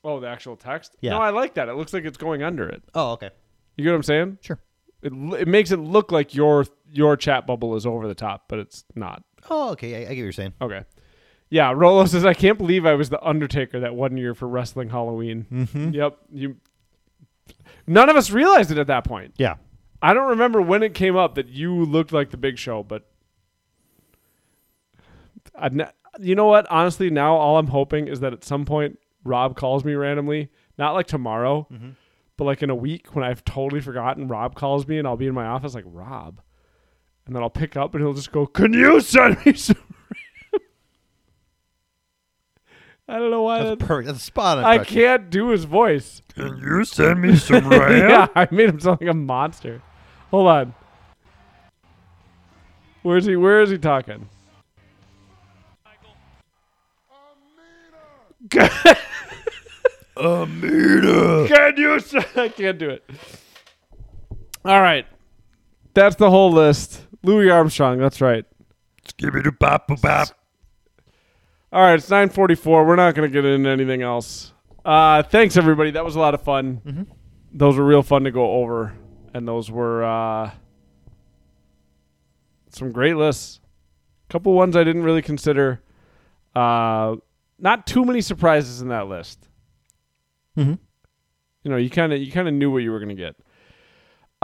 S1: Oh, the actual text.
S2: Yeah.
S1: No, I like that. It looks like it's going under it.
S2: Oh, okay,
S1: You get what I'm saying?
S2: sure.
S1: It l- it makes it look like your your chat bubble is over the top, but it's not.
S2: Oh, okay, I, I get what you're saying.
S1: Okay. Yeah, Rolo says I can't believe I was the Undertaker that one year for wrestling Halloween. Mm-hmm. Yep. You. None of us realized it at that point.
S2: Yeah,
S1: I don't remember when it came up that you looked like the Big Show, but I, you know what? Honestly, now all I'm hoping is that at some point Rob calls me randomly, not like tomorrow,
S2: Mm-hmm.
S1: but like in a week when I've totally forgotten. Rob calls me and I'll be in my office like Rob, and then I'll pick up and he'll just go, "Can you send me some?" I don't know why
S2: that's
S1: that,
S2: perfect. That's spot on.
S1: I
S2: correct.
S1: can't do his voice.
S7: Can you send me some RAM?
S1: Yeah, I made him sound like a monster. Hold on. Where is he? Where is he talking? Amita. Can you? s- I can't do it. All right, that's the whole list. Louis Armstrong. That's right.
S7: Give it a bop a bop.
S1: All right, it's 9:44. We're not going to get into anything else. Uh, thanks everybody. That was a lot of fun. Those were real fun to go over, and those were uh, some great lists. couple ones I didn't really consider. Uh, not too many surprises in that list.
S2: Mhm.
S1: You know, you kind of you kind of knew what you were going to get.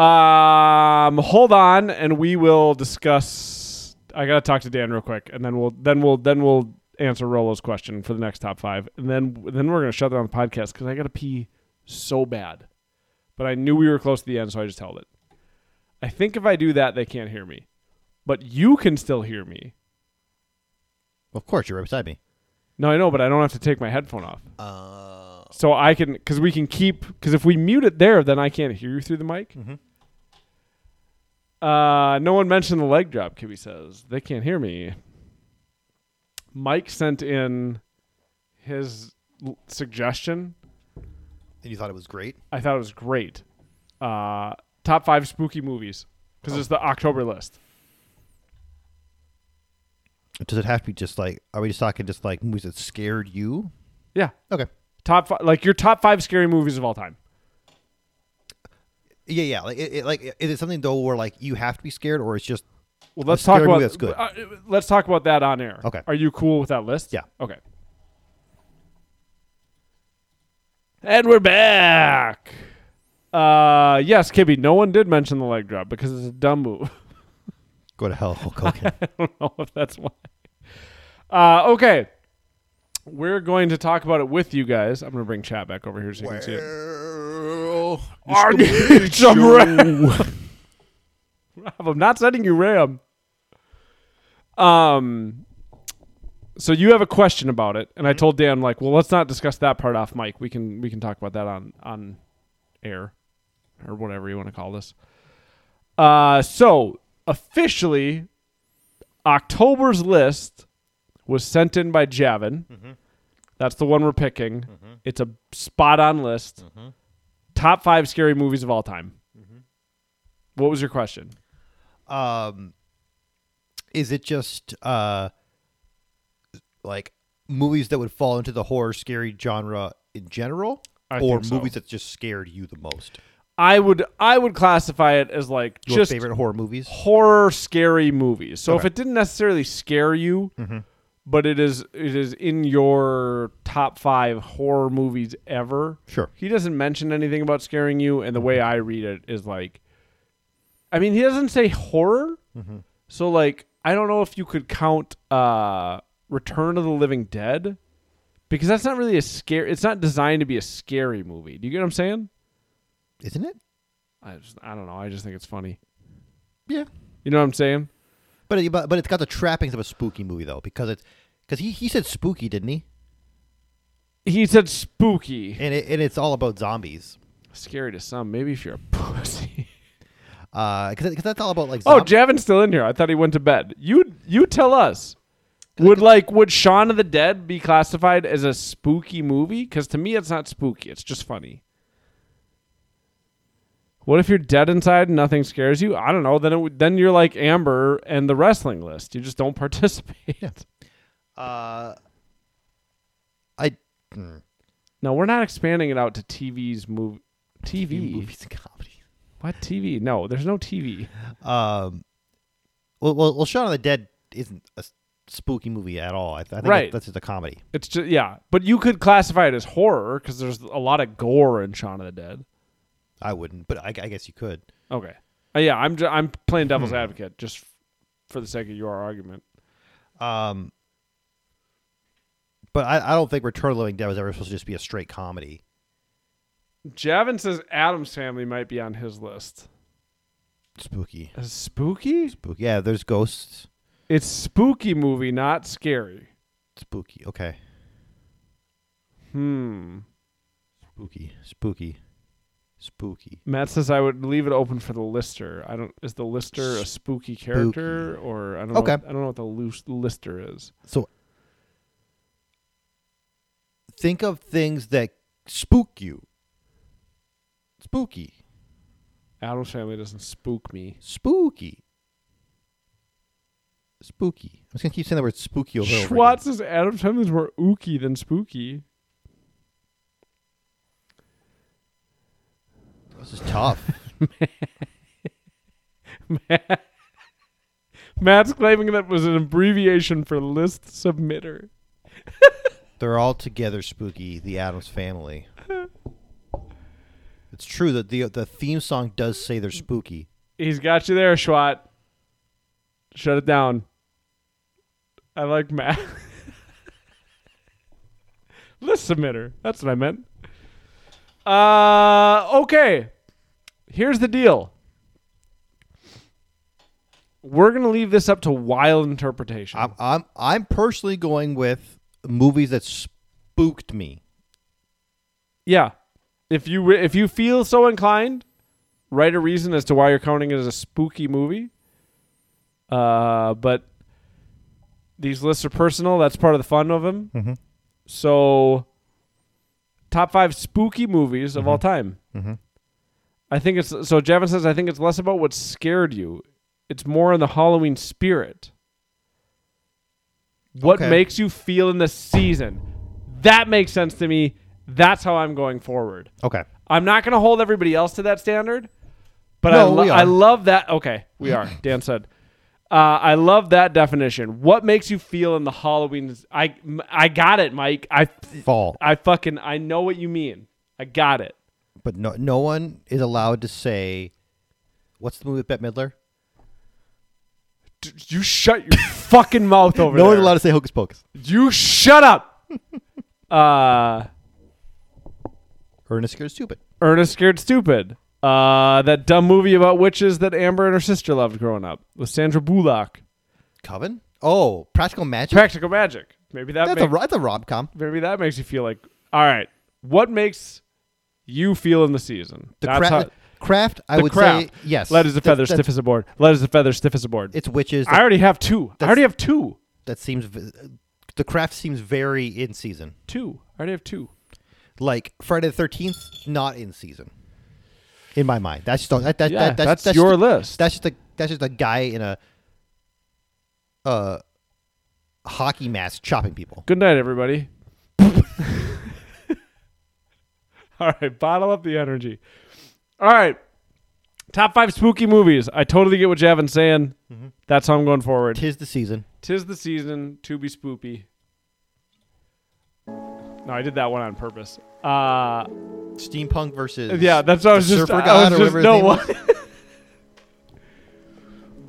S1: Um, hold on, and we will discuss. I gotta talk to Dan real quick, and then we'll then we'll then we'll answer Rolo's question for the next top five, and then then we're gonna shut down the podcast because I gotta pee so bad. But I knew we were close to the end, so I just held it. I think if I do that, they can't hear me, but you can still hear me.
S2: Of course, you're right beside me.
S1: No, I know, but I don't have to take my headphone off. So I can, because we can keep, because if we mute it there, then I can't hear you through the mic. Uh, no one mentioned the leg drop, Kibby says. They can't hear me. Mike sent in his l- suggestion.
S2: And you thought it was great.
S1: I thought it was great. Uh, top five spooky movies, because it's the October list.
S2: Does it have to be just like? Are we just talking just like movies that scared you?
S1: Yeah.
S2: Okay.
S1: Top five, like your top five scary movies of all time.
S2: Yeah, yeah. Like, it, it, like, is it something though where like you have to be scared, or it's just
S1: Well,
S2: A
S1: let's talk
S2: scary movie
S1: about
S2: that's good.
S1: uh, let's talk about that on air.
S2: Okay.
S1: Are you cool with that list?
S2: Yeah.
S1: Okay. And we're back. Uh, yes, Kibby. No one did mention the leg drop because it's a dumb move.
S2: go to hell, Hulk Hogan?
S1: I don't know if that's why. Uh, okay. We're going to talk about it with you guys. I'm going to bring chat back over here so you can see it.
S2: Well,
S1: Are you some Rob, I'm not sending you RAM. Um, so you have a question about it, and I told Dan like, well, let's not discuss that part off mic. We can we can talk about that on on air or whatever you want to call this. Uh, so officially, October's list was sent in by Javin. That's the one we're picking. It's a spot on list. Top five scary movies of all time. What was your question?
S2: um is it just uh like movies that would fall into the horror scary genre in general
S1: I
S2: or
S1: think so.
S2: movies that just scared you the most
S1: I would I would classify it as like
S2: your
S1: just
S2: favorite horror movies
S1: horror scary movies. So if
S2: Okay. Mm-hmm.
S1: it didn't necessarily scare you, but it is it is in your top 5 horror movies ever.
S2: Sure.
S1: He doesn't mention anything about scaring you and the way I read it is like I mean, he doesn't say horror.
S2: Mm-hmm.
S1: So like I don't know if you could count uh Return of the Living Dead because that's not really a scare it's not designed to be a scary movie. Do you get what I'm saying?
S2: isn't it
S1: I just I don't know. I just think it's funny.
S2: yeah
S1: You know what I'm saying?
S2: but, it- but but it's got the trappings of a spooky movie though because it's because he, he said spooky didn't he
S1: He said spooky.
S2: and it, and it's all about zombies
S1: Scary to some, maybe if you're a pussy.
S2: uh because that's all about like
S1: oh,
S2: zomb-
S1: Javin's still in here. I thought he went to bed. You you tell us. Would like would Shaun of the Dead be classified as a spooky movie? Because to me, it's not spooky. It's just funny. What if you're dead inside and nothing scares you? I don't know. Then it, would- then you're like Amber and the wrestling list. You just don't participate.
S2: uh i hmm.
S1: No, we're not expanding it out to TV's movie. TV.
S2: movies and comedy
S1: What TV? No, there's no TV.
S2: Um, well, well, well, Shaun of the Dead isn't a s- spooky movie at all. I, th- I think
S1: Right.
S2: that's just a comedy.
S1: It's just yeah, but you could classify it as horror because there's a lot of gore in Shaun of the Dead.
S2: I wouldn't, but I, I guess you could.
S1: Okay, Uh, yeah, I'm ju- I'm playing devil's advocate just f- for the sake of your argument.
S2: Um, but I, I don't think Return of the Living Dead was ever supposed to just be a straight comedy.
S1: Javin says Adam's family might be on his list.
S2: Spooky,
S1: Is spooky?
S2: spooky. Yeah, there's ghosts.
S1: It's spooky movie, not scary.
S2: Spooky. Okay.
S1: Hmm.
S2: Spooky. Spooky. Spooky.
S1: Matt says I would leave it open for the lister. I don't. Is the lister a spooky character or I don't?
S2: Okay.
S1: Know, I don't know what the loose lister is.
S2: So think of things that spook you. Spooky.
S1: Adam's family doesn't spook me.
S2: Spooky. Spooky. I'm just gonna keep saying the word spooky over and over
S1: Schwartz
S2: again.
S1: is Adam Sandler's more ooky than spooky.
S2: This is tough.
S1: Matt's claiming that was an abbreviation for list submitter.
S2: They're all together spooky. The Adams Family. It's true that the the theme song does say they're spooky.
S1: He's got you there, Schwat. Shut it down. I like Matt. list submitter. That's what I meant. Uh, okay. Here's the deal. We're gonna leave this up to wild interpretation.
S2: I'm I'm I'm personally going with movies that spooked me.
S1: Yeah. If you re- if you feel so inclined, write a reason as to why you're counting it as a spooky movie. Uh, but these lists are personal. That's part of the fun of them. So, top five spooky movies of all time. I think it's so. Javin says I think it's less about what scared you. It's more in the Halloween spirit. What
S2: Okay.
S1: makes you feel in the season? That makes sense to me. That's how I'm going forward.
S2: Okay.
S1: I'm not going to hold everybody else to that standard, but I,
S2: No,
S1: lo-
S2: we are.
S1: I love that. Okay, we are. Dan said, uh, "I love that definition." What makes you feel in the Halloween? I m- I got it, Mike. I
S2: Fall.
S1: I fucking I know what you mean. I got it.
S2: But no no one is allowed to say what's the movie with Bette Midler?
S1: D- You shut your fucking mouth over
S2: No
S1: there.
S2: one's allowed to say hocus pocus.
S1: you shut up. uh,
S2: Ernest Scared Stupid.
S1: Ernest scared stupid. Uh, that dumb movie about witches that Amber and her sister loved growing up with Sandra Bullock.
S2: Coven? Oh, Practical Magic.
S1: Practical Magic. Maybe that
S2: that's
S1: make-
S2: a that's a rom com.
S1: maybe that makes you feel like all right. What makes you feel in the season?
S2: The
S1: That's
S2: cra-
S1: how-
S2: craft. I
S1: the
S2: would
S1: craft.
S2: say yes.
S1: Light as a
S2: That's-
S1: feather,
S2: that's-
S1: stiff as a board. Light as a feather, stiff as a board.
S2: It's witches.
S1: I already have two. I
S2: that's-
S1: already have two.
S2: that seems v- the craft seems very in season.
S1: Two. I already have two.
S2: Like Friday the Thirteenth, not in season. In my mind, that's just that, that,
S1: Yeah,
S2: that, that's,
S1: that's
S2: that's
S1: your
S2: just,
S1: list.
S2: That's just a that's just a guy in a uh hockey mask chopping people.
S1: Good night, everybody. All right, bottle up the energy. All right, top five spooky movies. I totally get what Javin's saying. That's how I'm going forward.
S2: Tis the season.
S1: Tis the season to be spoopy. No, I did that one on purpose. Uh,
S2: Steampunk versus
S1: yeah, that's what I was
S2: the
S1: just.
S2: Surfer
S1: I
S2: God
S1: was
S2: or
S1: just
S2: whatever his
S1: no
S2: name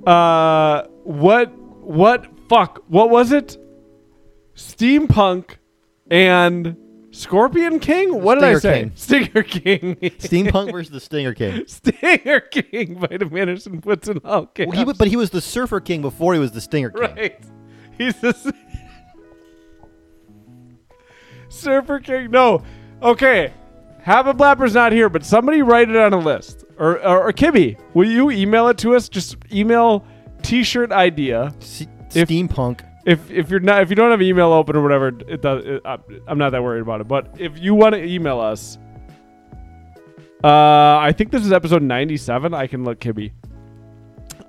S1: what. uh, what? What? Fuck! What was it? Steampunk and Scorpion King. What did I
S2: Stinger
S1: say?
S2: King.
S1: Stinger King.
S2: Steampunk versus the Stinger King.
S1: Stinger King. by Tim Anderson puts in all caps.
S2: Well, he was, but he was the Surfer King before he was the Stinger King.
S1: Right. He's the s- Surfer King. No. Okay. Habit Blapper's not here, but somebody write it on a list. Or, or, or Kibby, will you email it to us? Just email T-shirt idea.
S2: S-
S1: If-
S2: steampunk.
S1: If if you're not if you don't have email open or whatever, it does. It, I, I'm not that worried about it. But if you want to email us, uh, I think this is episode 97. I can look Kibby.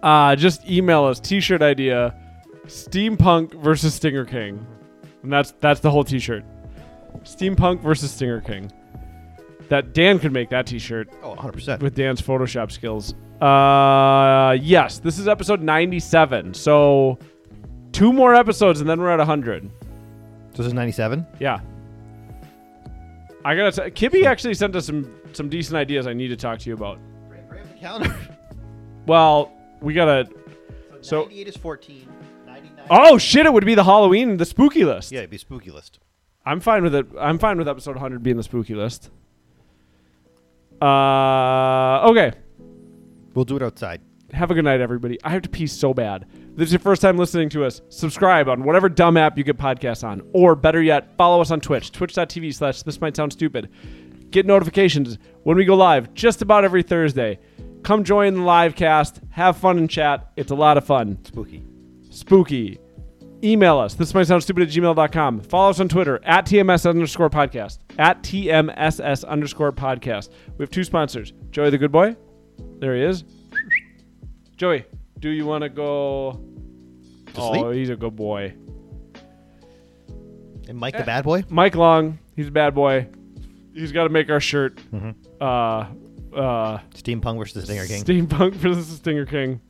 S1: Uh, just email us T-shirt idea, steampunk versus Stinger King, and that's that's the whole T-shirt. Steampunk versus Stinger King. That Dan could make that T-shirt
S2: Oh, 100 percent.
S1: with Dan's Photoshop skills. Uh, yes, this is episode 97. So two more episodes and then we're at 100.
S2: So this is 97.
S1: Yeah. I got to Kibby actually sent us some some decent ideas I need to talk to you about.
S2: Calendar.
S1: Well, we got to So-
S2: 98 is 14. 99.
S1: Oh shit, it would be the Halloween, the spooky list.
S2: Yeah, it'd be spooky list.
S1: I'm fine with it. I'm fine with episode 100 being the spooky list. Uh, okay.
S2: We'll do it outside.
S1: Have a good night, everybody. I have to pee so bad. If this is your first time listening to us, subscribe on whatever dumb app you get podcasts on. Or better yet, follow us on Twitch, twitch.tv slash this might sound stupid. Get notifications when we go live just about every Thursday. Come join the live cast, have fun and chat. It's a lot of fun.
S2: Spooky.
S1: Spooky. Email us, this might sound stupid at gmail.com. Follow us on Twitter at TMS underscore podcast. At TMSS underscore podcast. We have two sponsors. Joey the Good Boy. There he is. Joey, do you want to go? oh,
S2: sleep?
S1: he's a good boy.
S2: And Mike the bad boy.
S1: Mike Long, he's a bad boy. He's got to make our shirt. Uh, uh,
S2: Steampunk versus the Stinger King.
S1: Steampunk versus the Stinger King.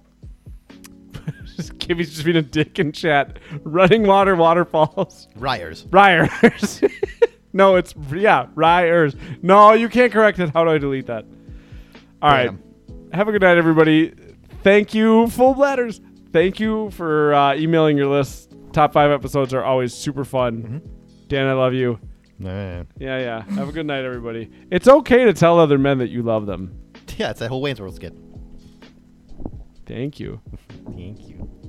S1: just Kimmy's just being a dick in chat. Running water waterfalls.
S2: Ryers.
S1: Ryers. no, it's yeah, Ryers. No, you can't correct it. How do I delete that? All right.
S2: Damn.
S1: Have a good night, everybody. Thank you, full bladders. Thank you for uh, emailing your list. Top five episodes are always super fun. Dan, I love you.
S2: Yeah,
S1: Yeah, yeah. Have a good night, everybody. It's okay to tell other men that you love them.
S2: it's that whole Wayne's World skit.
S1: Thank you.
S2: Thank you.